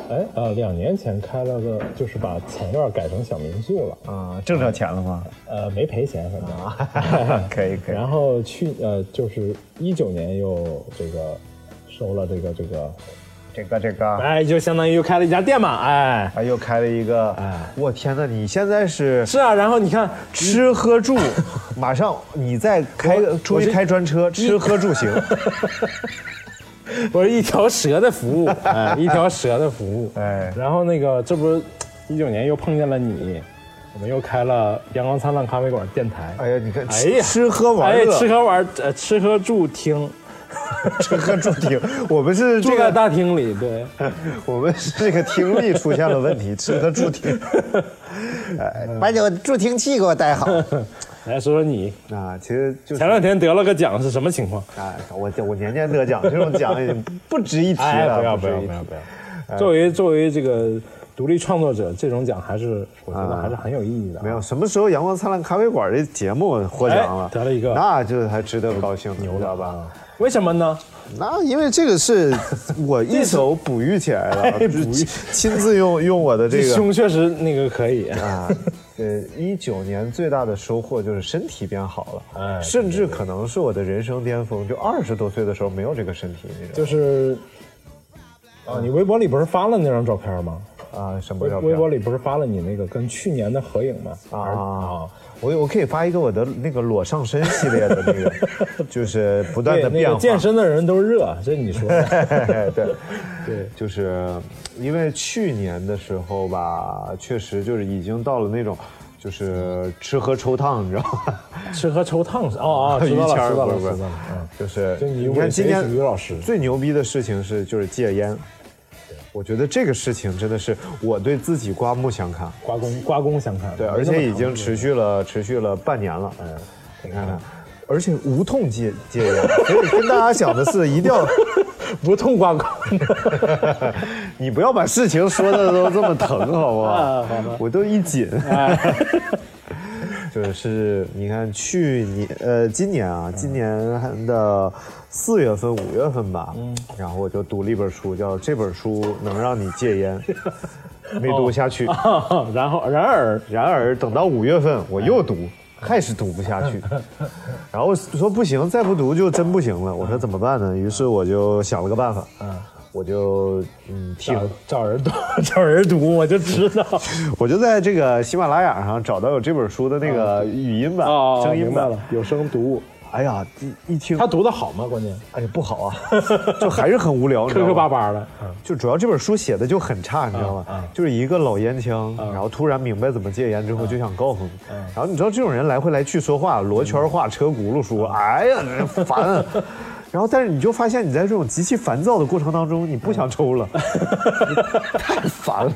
[SPEAKER 4] 哎啊，两年前开了个，就是把前院改成小民宿了，
[SPEAKER 3] 啊，挣着钱了吗？ *laughs*
[SPEAKER 4] 呃，没赔钱反
[SPEAKER 3] 啊
[SPEAKER 4] 正。
[SPEAKER 3] 可以可以。
[SPEAKER 4] 然后去呃，就是一九年又这个收了这个这个
[SPEAKER 3] 这个这个，
[SPEAKER 4] 哎，就相当于又开了一家店嘛，哎，
[SPEAKER 3] 啊，又开了一个，
[SPEAKER 4] 哎
[SPEAKER 3] 我天呐，你现在是
[SPEAKER 4] 是啊，然后你看
[SPEAKER 3] 吃喝住，马上你再开个出
[SPEAKER 4] 我
[SPEAKER 3] 去
[SPEAKER 4] 是
[SPEAKER 3] 开专车，吃喝住行，
[SPEAKER 4] 我是一条蛇的服务，哎，一条蛇的服务，
[SPEAKER 3] *laughs* 哎
[SPEAKER 4] 然后那个这不一九年又碰见了你，我们又开了阳光灿烂咖啡馆电台，
[SPEAKER 3] 哎呀，你看，
[SPEAKER 4] 哎
[SPEAKER 3] 吃
[SPEAKER 4] 呀
[SPEAKER 3] 吃喝玩
[SPEAKER 4] 哎，
[SPEAKER 3] 乐，
[SPEAKER 4] 吃喝玩，呃，吃喝住听，
[SPEAKER 3] 吃喝住厅，我们是
[SPEAKER 4] 住
[SPEAKER 3] 这
[SPEAKER 4] 在
[SPEAKER 3] 个，
[SPEAKER 4] 大厅里，
[SPEAKER 3] *laughs*
[SPEAKER 4] 对，
[SPEAKER 3] 我们是这个听力出现了问题，吃喝住厅，哎，把你助听器给我带好
[SPEAKER 4] 来说说你
[SPEAKER 3] 啊，其实就是
[SPEAKER 4] 前两天嗯得了个奖是什么情况？
[SPEAKER 3] 啊，我我年年得奖，这种奖也不值一提
[SPEAKER 4] 哎，
[SPEAKER 3] 了，
[SPEAKER 4] 不要
[SPEAKER 3] 值
[SPEAKER 4] 不要
[SPEAKER 3] 一
[SPEAKER 4] 不要
[SPEAKER 3] 提
[SPEAKER 4] 不
[SPEAKER 3] 哎
[SPEAKER 4] 要！作为作为这个独立创作者，这种奖还是我觉得还是很有意义的啊。
[SPEAKER 3] 没有，什么时候《阳光灿烂咖啡馆》这节目获奖了，
[SPEAKER 4] 哎得了一个啊
[SPEAKER 3] 那就还值得高兴的，牛了吧？
[SPEAKER 4] 为什么呢？
[SPEAKER 3] 那因为这个是我一手哺育起来的，
[SPEAKER 4] *laughs* 哎
[SPEAKER 3] 就是
[SPEAKER 4] 哺育
[SPEAKER 3] 亲自用用我的这个
[SPEAKER 4] 胸确实那个
[SPEAKER 3] *laughs*
[SPEAKER 4] 可以，
[SPEAKER 3] 啊，呃，一九年最大的收获就是身体变好了，
[SPEAKER 4] 哎
[SPEAKER 3] 甚至可能是我的人生巅峰，就二十多岁的时候没有这个身体，你知道
[SPEAKER 4] 就是啊，你微博里不是发了那张照片吗？
[SPEAKER 3] 吗啊，什么
[SPEAKER 4] 微
[SPEAKER 3] 照片？
[SPEAKER 4] 微博里不是发了你那个跟去年的合影吗？
[SPEAKER 3] 啊啊！我我可以发一个我的那个裸上身系列的那个，就是不断
[SPEAKER 4] 对，
[SPEAKER 3] 的
[SPEAKER 4] 那
[SPEAKER 3] 变
[SPEAKER 4] 个
[SPEAKER 3] 化。
[SPEAKER 4] 健身的人都热，这你
[SPEAKER 3] *laughs*
[SPEAKER 4] 说的
[SPEAKER 3] 对
[SPEAKER 4] 对，
[SPEAKER 3] 就是因为去年的时候吧，确实就是已经到了那种。就是吃喝抽烫，你知道吗？
[SPEAKER 4] 吃喝抽烫是
[SPEAKER 3] *laughs*
[SPEAKER 4] 哦哦，知
[SPEAKER 3] 于
[SPEAKER 4] 道
[SPEAKER 3] 谦
[SPEAKER 4] 了
[SPEAKER 3] 儿
[SPEAKER 4] 知道了
[SPEAKER 3] 不是
[SPEAKER 4] 知道了，嗯，
[SPEAKER 3] 就是
[SPEAKER 4] 就你
[SPEAKER 3] 你看今天
[SPEAKER 4] 我以为是于老师
[SPEAKER 3] 最牛逼的事情是就是戒烟，我觉得这个事情真的是我对自己刮目相看。
[SPEAKER 4] 刮宫刮宫相看，
[SPEAKER 3] 对，
[SPEAKER 4] 没
[SPEAKER 3] 而
[SPEAKER 4] 那么
[SPEAKER 3] 且已
[SPEAKER 4] 长
[SPEAKER 3] 经
[SPEAKER 4] 时间
[SPEAKER 3] 持续了持续了半年了。嗯，你看看，而且无痛戒戒烟，所以跟大家讲的是一定要。
[SPEAKER 4] *laughs* 不痛
[SPEAKER 3] *laughs*
[SPEAKER 4] 刮宫，
[SPEAKER 3] 你不要把事情说的都这么疼，
[SPEAKER 4] *laughs*
[SPEAKER 3] 好不好
[SPEAKER 4] 啊好哎的？
[SPEAKER 3] 我都一紧。 *laughs* 就是你看去年呃今年啊，今年的四月份、五月份吧，
[SPEAKER 4] 嗯
[SPEAKER 3] 然后我就读了一本书，叫《这本书能让你戒烟》，
[SPEAKER 4] *laughs*
[SPEAKER 3] 没读下去。
[SPEAKER 4] 哦然后然而
[SPEAKER 3] *laughs* 然而等到五月份，我又读，还是读不下去。然后说不行，再不读就真不行了。我说怎么办呢？于是我就想了个办法，
[SPEAKER 4] 嗯
[SPEAKER 3] 我就嗯替
[SPEAKER 4] 找找人读，找人读，我就知
[SPEAKER 3] *laughs*
[SPEAKER 4] 道。
[SPEAKER 3] 我就在这个喜马拉雅上找到有这本书的那
[SPEAKER 4] 啊
[SPEAKER 3] 个语音版、声音
[SPEAKER 4] 哦明白
[SPEAKER 3] 版
[SPEAKER 4] 了。，有声读物，
[SPEAKER 3] 哎呀，一一听
[SPEAKER 4] 他，读的好吗？
[SPEAKER 3] *laughs*
[SPEAKER 4] 关键
[SPEAKER 3] 哎呀不好啊，就还是很无聊，你知道
[SPEAKER 4] 磕磕巴
[SPEAKER 3] 吗？
[SPEAKER 4] 巴的，嗯
[SPEAKER 3] 就主要这本书写的就很差，你知道吗？
[SPEAKER 4] 嗯
[SPEAKER 3] 就是一个老烟枪，然后突然明白怎么戒烟之后就想告诉你，
[SPEAKER 4] 嗯
[SPEAKER 3] 然后你知道这种人来回来去说话，罗圈话、车轱辘
[SPEAKER 4] 嗯
[SPEAKER 3] 说，哎呀这烦
[SPEAKER 4] *laughs*
[SPEAKER 3] 啊。然后，但是你就发现你在这种极其烦躁的过程当中，你不想抽了，
[SPEAKER 4] 嗯
[SPEAKER 3] 你 *laughs* 太烦了。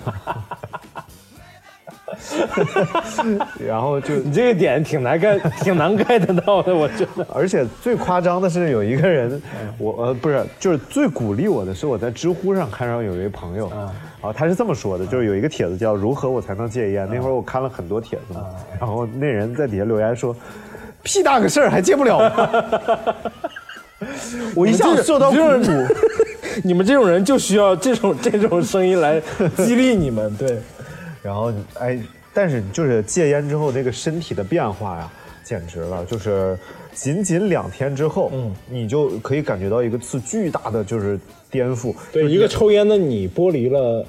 [SPEAKER 3] 然后就
[SPEAKER 4] 你这个点挺难 get，挺难 get 到的，我觉得。
[SPEAKER 3] 而且最夸张的是，有一个人，我呃不是，就是最鼓励我的是，我在知乎上看上有一位朋友，然后他是这么说的，就是有一个帖子叫“如何我才能戒烟”，那会儿我看了很多帖子嘛，然后那人在底下留言说：“屁大个事儿还戒不了吗？” *laughs* 我一下
[SPEAKER 4] 你这
[SPEAKER 3] 受到鼓
[SPEAKER 4] 你这
[SPEAKER 3] 舞，
[SPEAKER 4] 你们这种人就需要这种这种声音来激励你们，对，
[SPEAKER 3] 然后哎，但是就是戒烟之后这个身体的变化呀、简直了！就是仅仅两天之后，嗯，你就可以感觉到一个次巨大的就是颠覆，
[SPEAKER 4] 对，一个抽烟的你剥离了，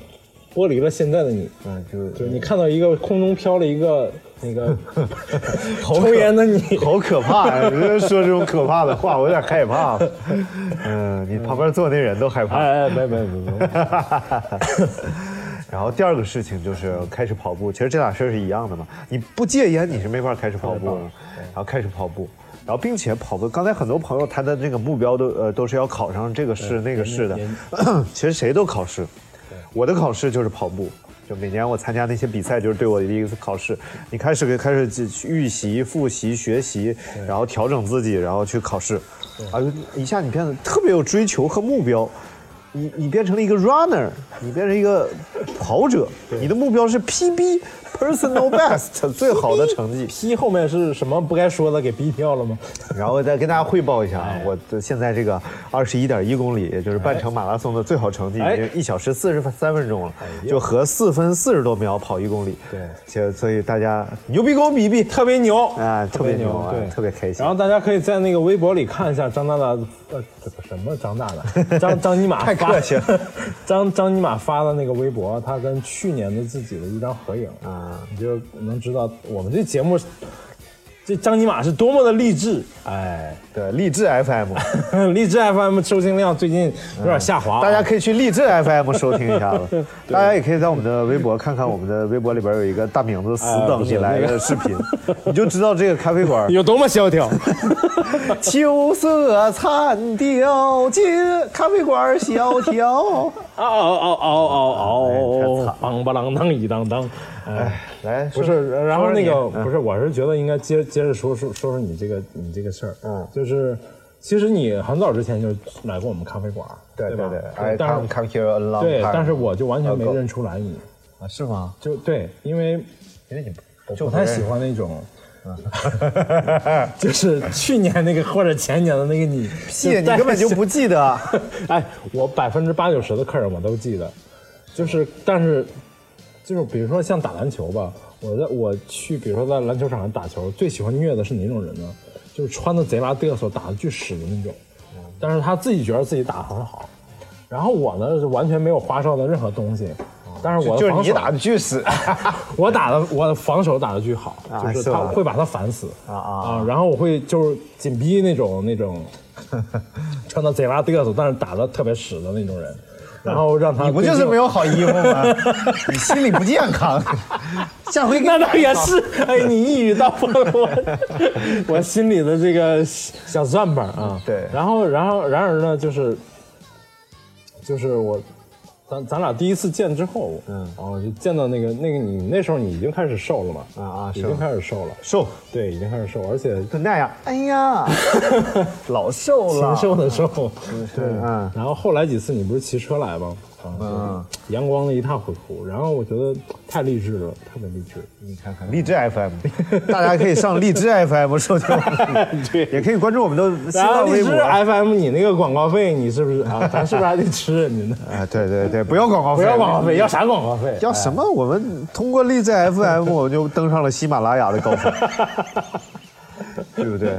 [SPEAKER 4] 剥离了现在的你，
[SPEAKER 3] 嗯，
[SPEAKER 4] 就
[SPEAKER 3] 就是
[SPEAKER 4] 你看到一个空中飘了一个
[SPEAKER 3] *laughs*
[SPEAKER 4] 那个
[SPEAKER 3] 好可
[SPEAKER 4] 抽烟的你，
[SPEAKER 3] 好可怕呀、说这种可怕的话，我有点害怕。嗯，你旁边坐那人都害怕。
[SPEAKER 4] 哎哎，没没没没，
[SPEAKER 3] *laughs* 然后第二个事情就是开始跑步，其实这俩事儿是一样的嘛。你不戒烟，你是没法开始跑步的。然后开始跑步，然后并且跑步，刚才很多朋友他的那个目标都呃都是要考上这个试那个试的， *clears throat* 其实谁都考试。我的考试就是跑步，就每年我参加那些比赛，就是对我的一次考试。你开始开始预习、复习、学习，然后调整自己，然后去考试，啊，一下你变得特别有追求和目标。你你变成了一个 runner，你变成一个跑者，你的目标是 PB
[SPEAKER 4] *laughs*
[SPEAKER 3] personal best 最好的成绩。
[SPEAKER 4] P 后面是什么不该说的给逼掉了吗？
[SPEAKER 3] 然后再跟大家汇报一下
[SPEAKER 4] 哎
[SPEAKER 3] 啊，我的现在这个二十一点一公里，也就是半程马拉松的最好成绩，已
[SPEAKER 4] 哎
[SPEAKER 3] 经一小时四十三分钟了，就合四分四十多秒跑一公里。
[SPEAKER 4] 对
[SPEAKER 3] 就所以大家牛逼跟我比一比，
[SPEAKER 4] 特别牛
[SPEAKER 3] 啊特别牛啊
[SPEAKER 4] 对，
[SPEAKER 3] 特别开心
[SPEAKER 4] 然后大家可以在那个微博里看一下张大大，呃，这个什么张大大，张张尼玛
[SPEAKER 3] 太
[SPEAKER 4] 发
[SPEAKER 3] 客气了，
[SPEAKER 4] 张张尼玛发的那个微博，他跟去年的自己的一张合影
[SPEAKER 3] 啊，
[SPEAKER 4] 你就能知道我们这节目，这张尼玛是多么的励志，哎， *laughs*
[SPEAKER 3] 对，励志 FM，
[SPEAKER 4] 励志 FM 收听量最近有点下滑啊，
[SPEAKER 3] 大家可以去励志 FM 收听一下
[SPEAKER 4] *laughs*
[SPEAKER 3] 子，大家也可以在我们的微博看看，我们的微博里边有一个大名字死
[SPEAKER 4] 呃
[SPEAKER 3] 等你来的视频， *laughs* 你就知道这个咖啡馆
[SPEAKER 4] 有多么
[SPEAKER 3] *laughs*
[SPEAKER 4] 萧条。
[SPEAKER 3] 秋色惨调尽，咖啡馆萧条。哦
[SPEAKER 4] *laughs* 嗷嗷嗷嗷嗷
[SPEAKER 3] 哎太惨
[SPEAKER 4] 嗷！梆吧啷当一当当，哎，
[SPEAKER 3] 来，
[SPEAKER 4] 不
[SPEAKER 3] 说
[SPEAKER 4] 是，然后那
[SPEAKER 3] 说说嗯
[SPEAKER 4] 个不是，我是觉得应该接接着说说说说你这个你这个事儿，
[SPEAKER 3] 嗯
[SPEAKER 4] 就是其实你很早之前就来过我们咖啡馆，
[SPEAKER 3] 对对
[SPEAKER 4] 吧？
[SPEAKER 3] 对，I 哎
[SPEAKER 4] 但
[SPEAKER 3] come
[SPEAKER 4] 是
[SPEAKER 3] come here a long time。
[SPEAKER 4] 对，但是我就完全没
[SPEAKER 3] 啊够
[SPEAKER 4] 认出来你，
[SPEAKER 3] 啊是吗？
[SPEAKER 4] 就对，因为
[SPEAKER 3] 因为你不
[SPEAKER 4] 就不太喜。欢那种。就是去年那个或者前年的那
[SPEAKER 3] *laughs*
[SPEAKER 4] 个你，
[SPEAKER 3] 记，你根本就不记得。
[SPEAKER 4] *laughs* 哎，我百分之八九十的客人我都记得，就是但是就是比如说像打篮球吧，我在我去比如说在篮球场上打球，最喜欢虐的是哪种人呢？就是穿的贼拉嘚瑟，打的巨屎的那种，
[SPEAKER 3] 嗯
[SPEAKER 4] 但是他自己觉得自己打得很好。然后我呢是完全没有花哨的任何东西，但是我
[SPEAKER 3] 嗯
[SPEAKER 4] 的
[SPEAKER 3] 就是
[SPEAKER 4] 防
[SPEAKER 3] 你
[SPEAKER 4] 守啊
[SPEAKER 3] 打的巨
[SPEAKER 4] *laughs*
[SPEAKER 3] 死，
[SPEAKER 4] 我打的我的防守打的巨好，
[SPEAKER 3] 啊
[SPEAKER 4] 就是
[SPEAKER 3] 是
[SPEAKER 4] 他
[SPEAKER 3] 吧
[SPEAKER 4] 会把他烦死
[SPEAKER 3] 啊啊
[SPEAKER 4] 然后我会就是紧逼那种那种穿的贼拉嘚瑟，但是打的特别屎的那种人，然后让
[SPEAKER 3] *laughs*
[SPEAKER 4] 他
[SPEAKER 3] 你不就是没有好衣服吗？你心理不健康。下回给
[SPEAKER 4] *laughs* 那倒也是，哎，你一语道破了我
[SPEAKER 3] *laughs*
[SPEAKER 4] 我心里的这个小算盘啊。
[SPEAKER 3] 对
[SPEAKER 4] 然后，然后，然而呢，就是就是我，咱咱俩第一次见之后，嗯，然后就见到那个那个你那时候你已经开始瘦了嘛，
[SPEAKER 3] 啊啊
[SPEAKER 4] 已
[SPEAKER 3] 瘦
[SPEAKER 4] 经
[SPEAKER 3] 了
[SPEAKER 4] 开始瘦了，
[SPEAKER 3] 瘦
[SPEAKER 4] 对，已经开始瘦，而且
[SPEAKER 3] 就那样。哎呀， *laughs* 老瘦
[SPEAKER 4] 禽
[SPEAKER 3] 了。
[SPEAKER 4] 兽的兽，对，
[SPEAKER 3] 嗯
[SPEAKER 4] 然后后来几次你不是骑车来吗？啊，就是阳光的一塌糊涂，然后我觉得太励志了，特别励志。
[SPEAKER 3] 你看看荔枝 FM，大家可以上荔枝 FM 收听我们， *laughs*
[SPEAKER 4] 对
[SPEAKER 3] 也可以关注我们的新
[SPEAKER 4] 然后
[SPEAKER 3] 浪
[SPEAKER 4] 荔
[SPEAKER 3] 微
[SPEAKER 4] 枝
[SPEAKER 3] 博。
[SPEAKER 4] FM，你那个广告费，你是不是啊？咱是不是还得吃你呢？
[SPEAKER 3] 啊，对对对，不要广告
[SPEAKER 4] 不
[SPEAKER 3] 费，
[SPEAKER 4] 要广告 *laughs* 费，要啥广告费？
[SPEAKER 3] 要什么？我们通过荔枝 *laughs* FM，我们就登上了喜马拉雅的高 *laughs* 峰，对不对？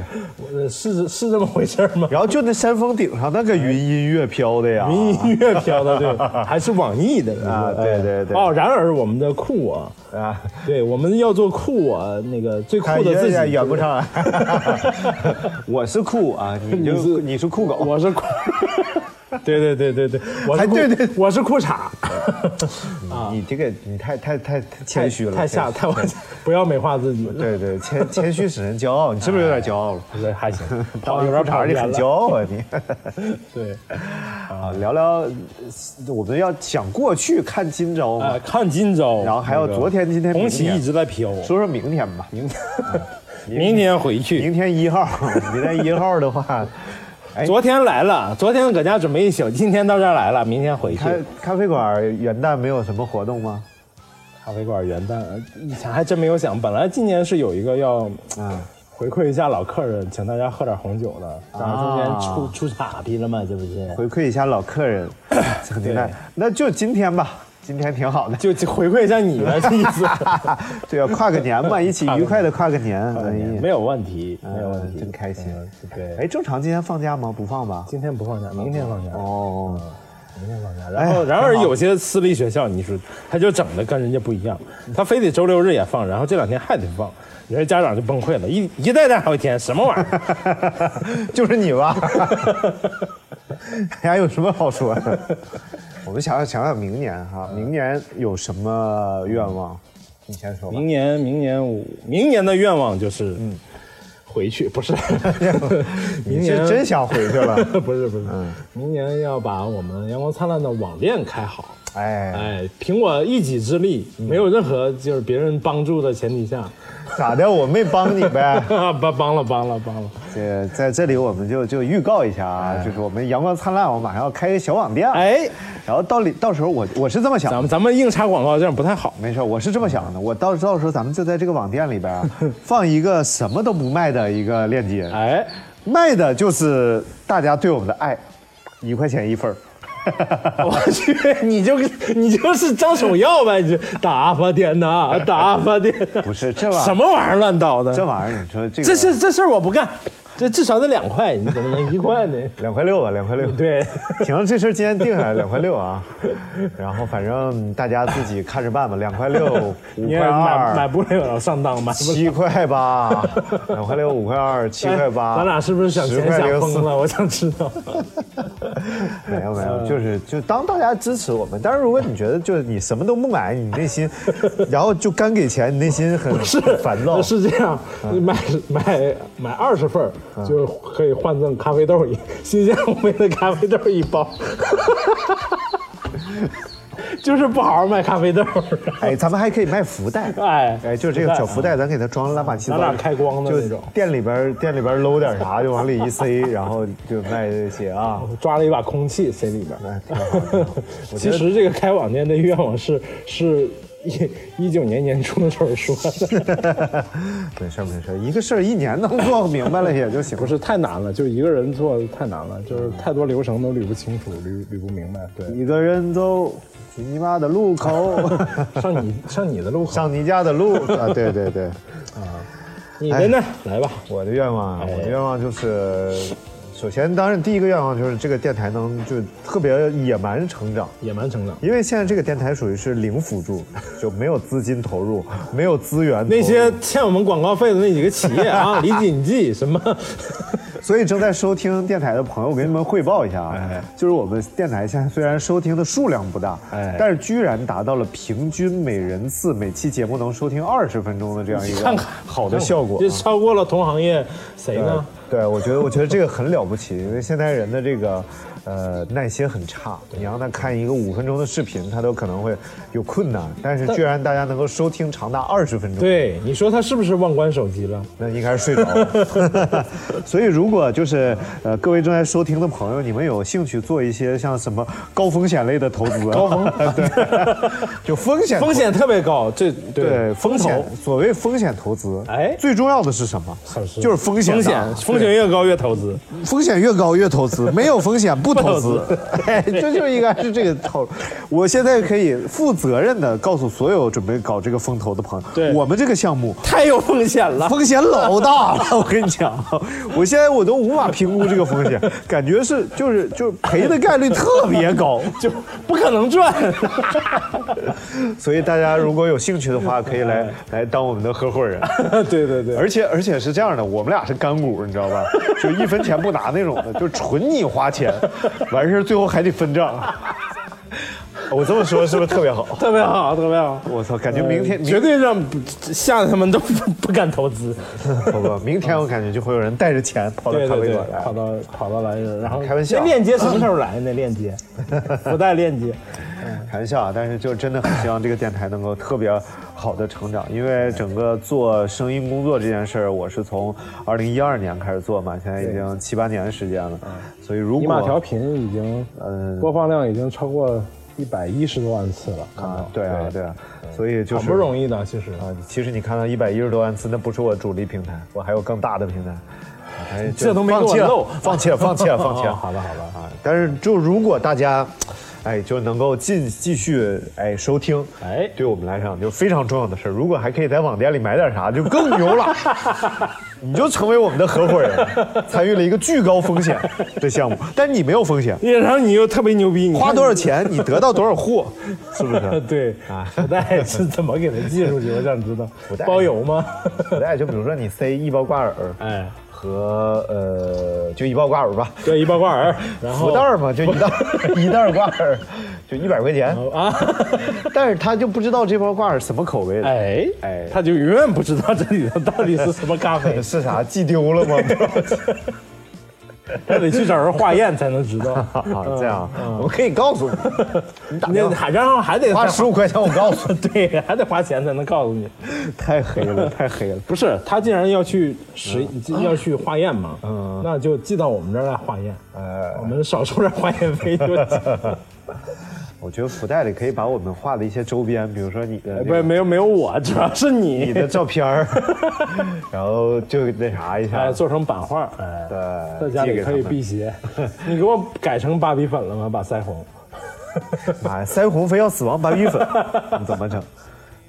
[SPEAKER 4] 呃是是这么回
[SPEAKER 3] *laughs*
[SPEAKER 4] 事儿吗？
[SPEAKER 3] 然后就那山峰顶上那个云音乐飘的呀，
[SPEAKER 4] 云音乐飘的，对，还是网易的
[SPEAKER 3] 啊
[SPEAKER 4] 哎
[SPEAKER 3] 对对对
[SPEAKER 4] 哦，然而我们的酷我，
[SPEAKER 3] 啊，
[SPEAKER 4] 对，我们要做酷我那个最酷
[SPEAKER 3] 看
[SPEAKER 4] 的自己，
[SPEAKER 3] 演不啊上来。 *laughs* 我是酷啊， *laughs* 你
[SPEAKER 4] 你是
[SPEAKER 3] 就你是酷狗，
[SPEAKER 4] 我是裤，对对对对对，我是
[SPEAKER 3] 哎
[SPEAKER 4] 裤，
[SPEAKER 3] 对对
[SPEAKER 4] 我是裤衩，
[SPEAKER 3] 你这个你太太太太谦虚了，
[SPEAKER 4] 啊太下
[SPEAKER 3] 谦
[SPEAKER 4] 太
[SPEAKER 3] *laughs*
[SPEAKER 4] 往下，不要美化自己，
[SPEAKER 3] 对对，谦谦虚使人骄傲，你是不是有点骄傲
[SPEAKER 4] *laughs*
[SPEAKER 3] 了？
[SPEAKER 4] 对，还行，
[SPEAKER 3] 到
[SPEAKER 4] 有
[SPEAKER 3] 有
[SPEAKER 4] 点
[SPEAKER 3] 点
[SPEAKER 4] 跑
[SPEAKER 3] 跑，你
[SPEAKER 4] 偏
[SPEAKER 3] 很
[SPEAKER 4] 了
[SPEAKER 3] 骄傲啊你。 *laughs*
[SPEAKER 4] 对，
[SPEAKER 3] 啊，聊聊呃我们要讲过去看今朝嘛
[SPEAKER 4] 呃，，看今朝，
[SPEAKER 3] 然后还有
[SPEAKER 4] 那个
[SPEAKER 3] 昨天今天
[SPEAKER 4] 红
[SPEAKER 3] 明
[SPEAKER 4] 旗
[SPEAKER 3] 天
[SPEAKER 4] 一直在飘，
[SPEAKER 3] 说说明天吧，明天
[SPEAKER 4] 明天回去。
[SPEAKER 3] 明天一号， *laughs* 明天一号的
[SPEAKER 4] *laughs*
[SPEAKER 3] 话，哎
[SPEAKER 4] 昨天来了，昨天搁家准备一宿，今天到这儿来了，明天回去。
[SPEAKER 3] 咖咖啡馆元旦没有什么活动吗？
[SPEAKER 4] 咖啡馆元旦，呃以前还真没有想，本来今年是有一个要
[SPEAKER 3] 啊，
[SPEAKER 4] 回馈一下老客人，请大家喝点红酒的，然后中间出、出岔劈了嘛，这不是？
[SPEAKER 3] 啊回馈一下老客
[SPEAKER 4] *laughs*
[SPEAKER 3] 人， *laughs* 这个明白
[SPEAKER 4] 对
[SPEAKER 3] 那就今天吧，今天挺好的。 *laughs*
[SPEAKER 4] 就就回馈一下你的这意思。
[SPEAKER 3] 对啊，跨个年嘛，一起愉快的跨个年。哎呀
[SPEAKER 4] 没有问题，没有问
[SPEAKER 3] 嗯
[SPEAKER 4] 题，
[SPEAKER 3] 真开心
[SPEAKER 4] 嗯对，
[SPEAKER 3] 哎，正常今天放假吗？不放吧？
[SPEAKER 4] 今天不放假，明天放假，
[SPEAKER 3] 哦， *laughs*
[SPEAKER 4] 明天放假。
[SPEAKER 3] 哎
[SPEAKER 4] 然后，然而有些私立学校，你说他就整的跟人家不一样，他非得周六日也放，然后这两天还得放，有些家长就崩溃了，一一代代好一天，什么玩 *laughs* 意儿？
[SPEAKER 3] 就是你吧？ *laughs* 还有什么好说的？ *laughs* 我们想想想想明年哈，明年有什么愿望？你先说吧。
[SPEAKER 4] 明年，明年我，明年的愿望就是，嗯，回去不 *laughs* 是，明
[SPEAKER 3] *laughs* 你
[SPEAKER 4] 年
[SPEAKER 3] 是真想回去了
[SPEAKER 4] 嗯不是不是，明年要把我们阳光灿烂的网店开好。
[SPEAKER 3] *laughs* 哎，
[SPEAKER 4] 哎，嗯凭我一己之力，没有任何就是别人帮助的前提 *laughs* 下，
[SPEAKER 3] 咋的？我没帮你 *laughs* 呗。
[SPEAKER 4] 帮帮了帮了帮了，
[SPEAKER 3] 这在这里我们就就预告一下啊，就是我们阳光灿烂，我马上要开小网店。 *laughs* 哎，
[SPEAKER 4] 哎，
[SPEAKER 3] 然后到里到时候我我是这么想的
[SPEAKER 4] 咱们咱们硬插广告这样不太好。
[SPEAKER 3] 没事，我是这么想的，我到到时候咱们就在这个网店里边
[SPEAKER 4] *laughs*
[SPEAKER 3] 啊，放一个什么都不卖的一个链接，
[SPEAKER 4] 哎，
[SPEAKER 3] 卖的就是大家对我们的爱，一块钱一份儿。
[SPEAKER 4] *laughs*
[SPEAKER 3] *laughs*
[SPEAKER 4] 我去，你就你就是张手要呗，你就打发点呐，打发点。
[SPEAKER 3] 不 *laughs* 是这玩意儿
[SPEAKER 4] 什么玩意儿乱倒的？
[SPEAKER 3] 这玩意儿，你说这个
[SPEAKER 4] 这事这事儿我不干，这至少得两块，你怎么能一块呢？ *laughs*
[SPEAKER 3] 两块六吧，啊两块六。
[SPEAKER 4] 对，
[SPEAKER 3] 行，这事儿今天定下来，两块六啊。然后反正嗯大家自己看着办吧，两块
[SPEAKER 4] *laughs*
[SPEAKER 3] 六、五
[SPEAKER 4] 你
[SPEAKER 3] 块
[SPEAKER 4] 也买买
[SPEAKER 3] 二、
[SPEAKER 4] 不了上当，买不了。
[SPEAKER 3] 七块八，两块六、五块二、七块八。
[SPEAKER 4] 咱俩是不是想
[SPEAKER 3] 10
[SPEAKER 4] 钱
[SPEAKER 3] 块
[SPEAKER 4] 想
[SPEAKER 3] 零四
[SPEAKER 4] 疯了？我想知道。
[SPEAKER 3] *laughs* 没有没有，就是就当大家支持我们。但是如果你觉得就是你什么都不买，你内 *laughs* 心，然后就干给钱，你内心很
[SPEAKER 4] 是
[SPEAKER 3] 很烦躁。
[SPEAKER 4] 是这样，买买买二十份儿就可以换赠咖啡豆一新鲜烘焙的咖啡豆一包， *laughs* 就是不好好卖咖啡豆，
[SPEAKER 3] 哎，咱们还可以卖福袋。
[SPEAKER 4] *laughs* 哎
[SPEAKER 3] *laughs* 哎，就是这个小福袋，咱给它装乱七八糟，
[SPEAKER 4] 咱俩开光的那种
[SPEAKER 3] 就店里边店里边搂点啥就往里一塞，然后就卖这些啊。
[SPEAKER 4] 抓了一把空气塞里边
[SPEAKER 3] 哎
[SPEAKER 4] 儿。
[SPEAKER 3] 挺好挺好
[SPEAKER 4] 其实这个开网店的愿望是是一一九年年初的时候说的， *laughs*
[SPEAKER 3] 没事儿没事儿，一个事儿一年能做明白了也就行。
[SPEAKER 4] 不是太难了，就一个人做太难了，就是太多流程都捋不清楚，捋捋不明白。对，
[SPEAKER 3] 一个人走，去你妈的路口，
[SPEAKER 4] 上你上你的路
[SPEAKER 3] *laughs*
[SPEAKER 4] 口，
[SPEAKER 3] 上你家的路啊！对对对。
[SPEAKER 4] 你的呢？来吧，
[SPEAKER 3] 我的愿望啊，
[SPEAKER 4] 哎
[SPEAKER 3] 我的愿望就是，首先，当然第一个愿望就是这个电台能就特别野蛮成长，
[SPEAKER 4] 野蛮成长。
[SPEAKER 3] 因为现在这个电台属于是零辅助， *laughs* 就没有资金投入，没有资源投入，
[SPEAKER 4] 那些欠我们广告费的那几个企业 *laughs* 啊，李锦记什么，
[SPEAKER 3] 所以正在收听电台的朋友，我给你们汇报一下啊，就是我们电台现在虽然收听的数量不大
[SPEAKER 4] 哎，
[SPEAKER 3] 但是居然达到了平均每人次每期节目能收听二十分钟的这样一
[SPEAKER 4] 看
[SPEAKER 3] 个
[SPEAKER 4] 看
[SPEAKER 3] 好的效果啊
[SPEAKER 4] 这，超过了同行业谁呢？
[SPEAKER 3] 对，我觉得我觉得这个很了不起，因为现代人的这个呃耐心很差，你让他看一个五分钟的视频，他都可能会有困难。但是居然大家能够收听长达二十分钟，，
[SPEAKER 4] 对，你说他是不是忘关手机了？
[SPEAKER 3] 那应该是睡着了。 *laughs* 所以如果就是呃各位正在收听的朋友，你们有兴趣做一些像什么高风险类的投资，高风 *laughs* 对，就风险投
[SPEAKER 4] 风。险特别高，这
[SPEAKER 3] 对
[SPEAKER 4] 风
[SPEAKER 3] 风险
[SPEAKER 4] 投，
[SPEAKER 3] 所谓风险投资，
[SPEAKER 4] 哎
[SPEAKER 3] 最重要的是什么？
[SPEAKER 4] 是
[SPEAKER 3] 就是风险
[SPEAKER 4] 风
[SPEAKER 3] 大。
[SPEAKER 4] 险啊风险越高越投资，
[SPEAKER 3] 风险越高越投资，没有风险不投资
[SPEAKER 4] 不投资。
[SPEAKER 3] *laughs* 哎，这就应该是这个套路。我现在可以负责任的告诉所有准备搞这个风投的朋友，
[SPEAKER 4] 对
[SPEAKER 3] 我们这个项目
[SPEAKER 4] *laughs* 太有风险了。
[SPEAKER 3] 风险老大了。我跟你讲，我现在我都无法评估这个风险，感觉是就是就是赔的概率特别高。
[SPEAKER 4] 就不可能赚，
[SPEAKER 3] 所以大家如果有兴趣的话，可以来来当我们的合伙人。
[SPEAKER 4] *laughs* 对对对，
[SPEAKER 3] 而且而且是这样的，我们俩是干股，你知道吧？就一分钱不拿那种的，就是纯你花钱，完事儿最后还得分账。
[SPEAKER 4] *laughs*
[SPEAKER 3] 我这么说是不是特别好？
[SPEAKER 4] 特别好，特别好。
[SPEAKER 3] *laughs* 我操，感觉明天、
[SPEAKER 4] 绝
[SPEAKER 3] 明
[SPEAKER 4] 对让吓得他们都不 *laughs* 不敢投资。
[SPEAKER 3] 不不，明天我感觉就会有人带着钱跑到
[SPEAKER 4] 对
[SPEAKER 3] 咖
[SPEAKER 4] 对
[SPEAKER 3] 啡
[SPEAKER 4] 对
[SPEAKER 3] 馆，来
[SPEAKER 4] 跑。到跑到来人，然后
[SPEAKER 3] 开玩笑
[SPEAKER 4] 那链接什么时候来呢？链 *laughs* 接不带链接，
[SPEAKER 3] 开玩笑啊，但是就真的很希望这个电台能够特别好的成长，因为整个做声音工作这件事儿，我是从二零一二年开始做嘛，现在已经七八年的时间了，所以如果
[SPEAKER 4] 嗯尼玛调频已经
[SPEAKER 3] 嗯
[SPEAKER 4] 播放量已经超过一百一十多万次了，看
[SPEAKER 3] 啊
[SPEAKER 4] 到，
[SPEAKER 3] 对啊对啊，所以就是
[SPEAKER 4] 很不容易的，其实
[SPEAKER 3] 啊，其实你看到一百一十多万次，那不是我主力平台，我还有更大的平台。哎，就
[SPEAKER 4] 这都没给
[SPEAKER 3] 放
[SPEAKER 4] 我
[SPEAKER 3] 弃
[SPEAKER 4] 漏
[SPEAKER 3] 了，放
[SPEAKER 4] *laughs*
[SPEAKER 3] 弃了，放弃了，放弃
[SPEAKER 4] 哦
[SPEAKER 3] 了。
[SPEAKER 4] 好了好了
[SPEAKER 3] 啊！但是就如果大家，哎，就能够进继续哎收听，
[SPEAKER 4] 哎
[SPEAKER 3] 对我们来讲就非常重要的事儿。如果还可以在网店里买点啥，就更牛
[SPEAKER 4] *laughs*
[SPEAKER 3] 了。你就成为我们的合伙人，参与了一个巨高风险的项目，但你没有风险，
[SPEAKER 4] 然后你又特别牛逼，你
[SPEAKER 3] 花
[SPEAKER 4] 看
[SPEAKER 3] 多少钱你得到多少货，是不
[SPEAKER 4] *laughs*
[SPEAKER 3] 是？
[SPEAKER 4] 对
[SPEAKER 3] 啊
[SPEAKER 4] 福袋是怎么给它寄出去？我
[SPEAKER 3] *laughs*
[SPEAKER 4] 想知道
[SPEAKER 3] 袋，
[SPEAKER 4] 包邮吗？
[SPEAKER 3] 古代就比如说你塞一包挂耳，
[SPEAKER 4] 哎，
[SPEAKER 3] 和呃，就一包挂耳吧，
[SPEAKER 4] 对，一包挂耳，然后
[SPEAKER 3] 福袋儿嘛，就一袋儿 *laughs* 一袋儿挂耳，就一百块钱。
[SPEAKER 4] 啊， *laughs*
[SPEAKER 3] 哎但是他就不知道这包挂耳什么口味的，
[SPEAKER 4] 哎哎
[SPEAKER 3] 哎，
[SPEAKER 4] 他就永
[SPEAKER 3] *laughs*。
[SPEAKER 4] 远哎不知道这里头到底是什么咖啡 *laughs*
[SPEAKER 3] 是啥寄丢了吗？
[SPEAKER 4] 他得去找人化验才能知道。
[SPEAKER 3] 啊，这样，我可以告诉你， *laughs* 你打电
[SPEAKER 4] 嗯那
[SPEAKER 3] 话
[SPEAKER 4] 还然后还得
[SPEAKER 3] 花十五块钱，我告
[SPEAKER 4] *laughs*
[SPEAKER 3] 诉你，
[SPEAKER 4] 对，还得花钱才能告诉你。
[SPEAKER 3] 太黑了，太黑了。
[SPEAKER 4] 不是，他既然要去实、要去化验嘛，那就寄到我们这儿来化验，
[SPEAKER 3] 呃，
[SPEAKER 4] 我们少收点化验费就行。
[SPEAKER 3] 我觉得福袋里可以把我们画的一些周边，比如说你的那
[SPEAKER 4] *laughs* 哎不
[SPEAKER 3] 个、
[SPEAKER 4] 是，没有没有我，主要是
[SPEAKER 3] 你
[SPEAKER 4] *laughs* 你，
[SPEAKER 3] 的照片儿， *laughs* 然后就那啥一下
[SPEAKER 4] 哎，，做成版画，哎，在
[SPEAKER 3] 对，
[SPEAKER 4] 家
[SPEAKER 3] 寄
[SPEAKER 4] 里
[SPEAKER 3] 给他
[SPEAKER 4] 可以
[SPEAKER 3] 们
[SPEAKER 4] 辟邪。 *laughs* 你给我改成芭比粉了吗？把腮红。
[SPEAKER 3] 妈呀，腮红非要死亡白米粉， *laughs* 你怎么整？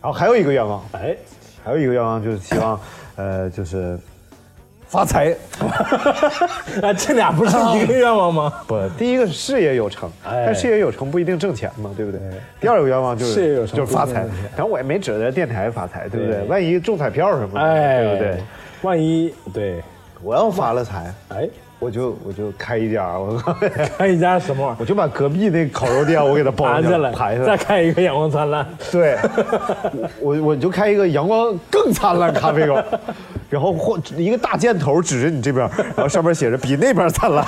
[SPEAKER 3] 然后还有一个愿望，
[SPEAKER 4] *laughs* 哎，
[SPEAKER 3] 还有一个愿望就是希
[SPEAKER 4] *laughs*
[SPEAKER 3] 望，呃，就是发财。
[SPEAKER 4] 啊，这俩不是一个愿望 *laughs* 吗？
[SPEAKER 3] 不，第一个是事业有成，
[SPEAKER 4] 哎
[SPEAKER 3] 但事业有成不一定挣钱嘛，对不对？第二个愿望就是
[SPEAKER 4] 事业有成
[SPEAKER 3] 就是发
[SPEAKER 4] 不一
[SPEAKER 3] 财
[SPEAKER 4] 定挣钱。
[SPEAKER 3] 然后我也没指着电台发财，对不对？
[SPEAKER 4] 对
[SPEAKER 3] 万一中彩票什么的，
[SPEAKER 4] 哎，
[SPEAKER 3] 对不对？？
[SPEAKER 4] 万一对，
[SPEAKER 3] 我要发了财，
[SPEAKER 4] 哎，
[SPEAKER 3] 我就我就开一家，我 *laughs*
[SPEAKER 4] 开一家什么玩意
[SPEAKER 3] 我就把隔壁那烤肉店我给它
[SPEAKER 4] 儿？
[SPEAKER 3] 包
[SPEAKER 4] 盘下来，
[SPEAKER 3] 盘下来
[SPEAKER 4] 再，开一个阳光灿烂。 *laughs*
[SPEAKER 3] 对，我我就开一个阳光更灿烂咖啡馆，然后或一个大箭头指着你这边，然后上面写着比那边灿烂，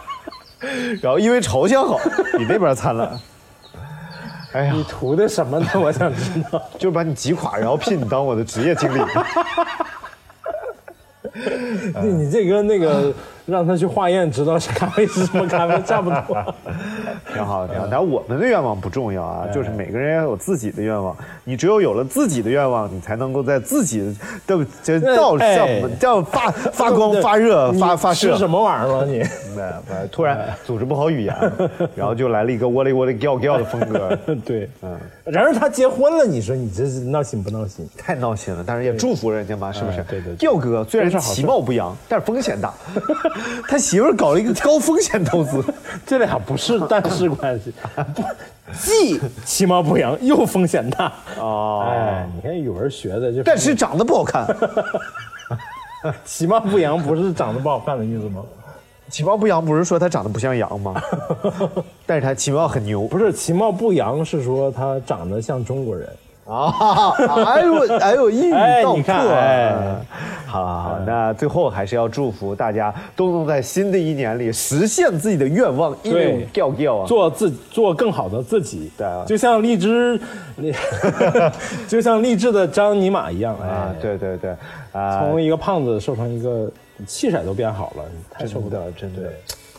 [SPEAKER 3] *laughs* 然后因为朝向好，比那边灿烂。哎呀
[SPEAKER 4] 你，图的什么呢？我想知道。
[SPEAKER 3] 就把你挤垮，然后聘你当我的职业经理。哎
[SPEAKER 4] 对你这跟
[SPEAKER 3] *laughs*
[SPEAKER 4] 那个让他去化验知道是咖啡是什么咖啡差不
[SPEAKER 3] *laughs*
[SPEAKER 4] 多。
[SPEAKER 3] 挺好，挺好。但我们的愿望不重要啊，
[SPEAKER 4] 哎
[SPEAKER 3] 就是每个人要有自己的愿望。你只有有了自己的愿望，你才能够在自己的这
[SPEAKER 4] 那
[SPEAKER 3] 道
[SPEAKER 4] 哎
[SPEAKER 3] 上叫发发光、发热、发发射
[SPEAKER 4] 是。什么玩意儿吗？你 *laughs*
[SPEAKER 3] 哎不是突然组织不好语言了，然后就来了一个窝里窝里 giao giao 的风
[SPEAKER 4] *laughs*
[SPEAKER 3] 格，
[SPEAKER 4] 对，
[SPEAKER 3] 嗯
[SPEAKER 4] 然后他结婚了，你说你这是闹心不闹心？ *laughs*
[SPEAKER 3] 太闹心了。但是也祝福人家嘛，是不是？
[SPEAKER 4] 哎对对对
[SPEAKER 3] 调哥虽然其貌不扬，但是风险大， *laughs* 他媳妇儿搞了一个高风险投资，
[SPEAKER 4] 这俩不是但是关系， *laughs* 不 *laughs* 既其貌不扬又风险大。
[SPEAKER 3] 哦
[SPEAKER 4] 哎，你看语文学的这，
[SPEAKER 3] 但是长得不好看，
[SPEAKER 4] 其貌不扬不是长得不好看的意思吗？ *laughs*
[SPEAKER 3] 其貌不扬不是说他长得不像羊吗？但是他其貌很牛
[SPEAKER 4] 不是，其貌不扬是说他长得像中国人。
[SPEAKER 3] 啊！哎 *laughs* 呦哎呦，一语
[SPEAKER 4] 哎
[SPEAKER 3] 道
[SPEAKER 4] 你
[SPEAKER 3] 破。
[SPEAKER 4] 看哎
[SPEAKER 3] 好好好，那最后还是要祝福大家都能在新的一年里实现自己的愿望，一
[SPEAKER 4] 对
[SPEAKER 3] 路 giao giao 啊！
[SPEAKER 4] 做自做更好的自己，
[SPEAKER 3] 对啊
[SPEAKER 4] 就像
[SPEAKER 3] *laughs*
[SPEAKER 4] 荔枝，就像励志的张尼玛一样，
[SPEAKER 3] 啊
[SPEAKER 4] 哎，，
[SPEAKER 3] 对对对，啊、
[SPEAKER 4] 从一个胖子瘦成一个气色都变好了，太受不
[SPEAKER 3] 真
[SPEAKER 4] 了
[SPEAKER 3] 的真的
[SPEAKER 4] 对，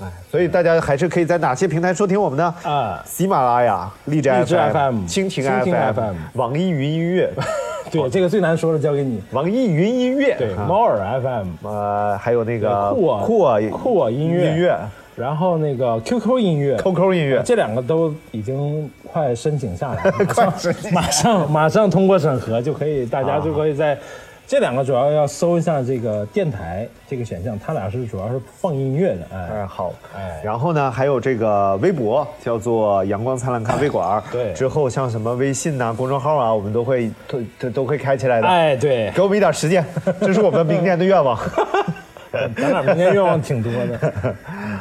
[SPEAKER 3] 哎，所以大家还是可以在哪些平台收听我们呢？
[SPEAKER 4] 啊
[SPEAKER 3] 喜马拉雅、荔枝
[SPEAKER 4] 荔枝
[SPEAKER 3] FM、
[SPEAKER 4] FM
[SPEAKER 3] 蜻蜓
[SPEAKER 4] 蜻蜓
[SPEAKER 3] FM
[SPEAKER 4] FM、
[SPEAKER 3] 网易云音乐、
[SPEAKER 4] 对，这个最难说的交给你，
[SPEAKER 3] 网易云音乐，
[SPEAKER 4] 对，
[SPEAKER 3] 啊
[SPEAKER 4] 猫耳 FM，
[SPEAKER 3] 呃，还有那个
[SPEAKER 4] 酷我
[SPEAKER 3] 酷我
[SPEAKER 4] 酷我音乐
[SPEAKER 3] 音乐、
[SPEAKER 4] 然后那个 QQ 音乐。
[SPEAKER 3] QQ 音乐，
[SPEAKER 4] 这两个都已经快申请下来了，
[SPEAKER 3] *laughs* 快申请
[SPEAKER 4] 马上马上通过审核就可以，大家
[SPEAKER 3] 啊
[SPEAKER 4] 就可以在这两个主要要搜一下这个电台这个选项，它俩是主要是放音乐的，哎，
[SPEAKER 3] 哎，好，
[SPEAKER 4] 哎
[SPEAKER 3] 然后呢，还有这个微博叫做“阳光灿烂咖啡馆”，
[SPEAKER 4] 对
[SPEAKER 3] 之后像什么微信呐、公众号啊，我们都会都都都会开起来的。
[SPEAKER 4] 哎，对，
[SPEAKER 3] 给我们一点时间， *laughs* 这是我们明年的愿望。 *laughs*
[SPEAKER 4] 咱俩 *laughs* 明年愿望挺多的。新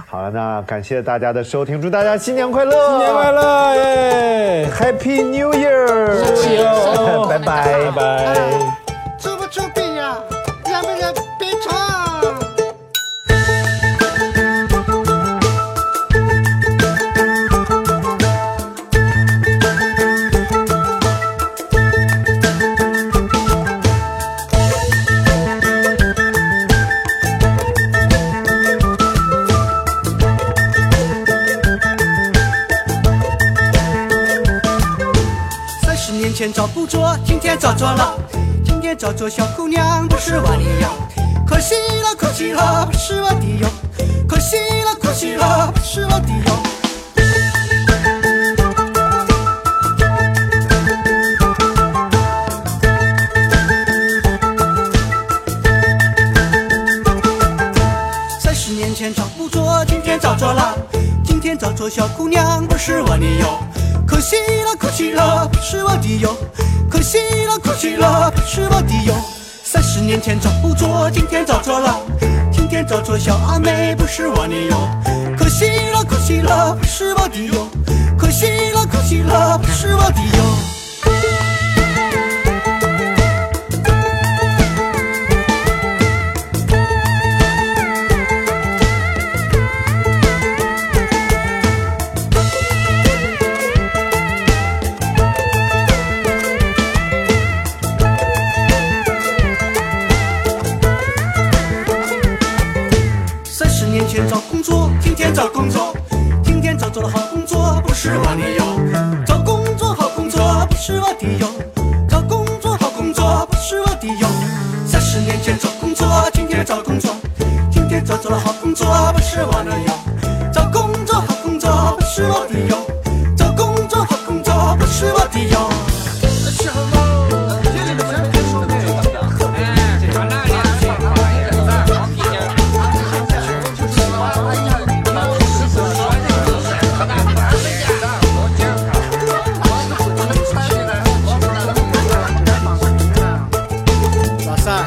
[SPEAKER 3] 好了，那感谢大家的收听，祝大家新年快乐，新
[SPEAKER 4] 年快乐，耶！
[SPEAKER 3] ，Happy New Year，拜 *laughs* 拜
[SPEAKER 4] 拜。拜。
[SPEAKER 5] 出不出病啊呀、染不染病床？
[SPEAKER 6] 三十年前找不着，今天找着了，今天找着小姑娘不是我的哟，可惜了，可惜了，不是我的哟，可惜了，可惜了，不是我的哟。三十年前找不着，今天找着了，今天找着小姑娘不是我的哟，可惜了，可惜了，不是我的哟，可惜了，可惜了，不是我的哟。三十年前找不着，今天找着了，今天找着小阿妹不是我的哟，可惜了，可惜了，不是我的哟，可惜了，可惜了，不是我的哟。天找工作，天天找工作，天天找着了好工作，不是我的哟。找工作好工作不是我的哟，找工作好工作不是我的哟。三十年前找工作，今天找工作，今天找着了好工作，不是我的哟。找工作好工作不是我的哟，找工作好工作不是我的哟。
[SPEAKER 5] 老三，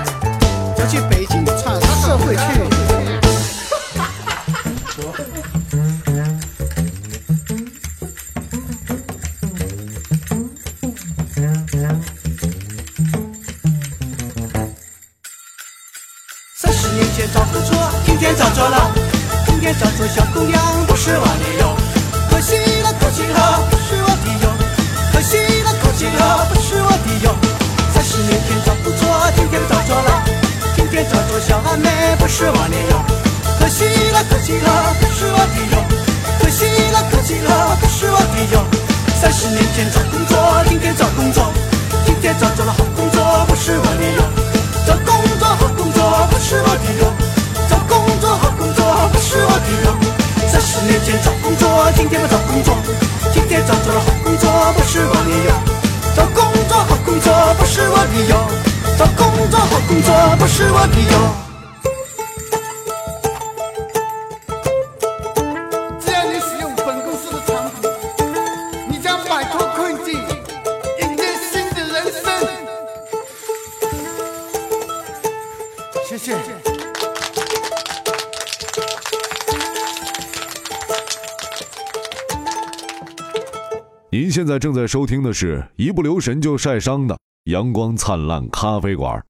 [SPEAKER 5] 我去北京闯社会去。
[SPEAKER 6] 三十年前找工作，今天找着了，今天找着小姑娘不是我的哟，可惜了，可惜了，不是我的哟，可惜了，可惜了，不是我的哟。三十年前找工作，今天找着了，今天找着小阿妹不是我的哟，可惜了，可惜了，不是我的哟，可惜了，可惜了，不是我的哟。三十年前找工作，今天找工作，今天找着了好工作不是我的哟。找工作好工作不是我的哟，找工作好工作不是我的哟。三十年前找工作，今天不找工作，今天找着了好工作不是我的哟。找工作好工作不是我的哟，找工作好工作不是我的哟。
[SPEAKER 5] 只要你使用本公司的产品，你将摆脱困境，迎接新的人生。谢谢。
[SPEAKER 7] 您现在正在收听的是一不留神就晒伤的阳光灿烂咖啡馆。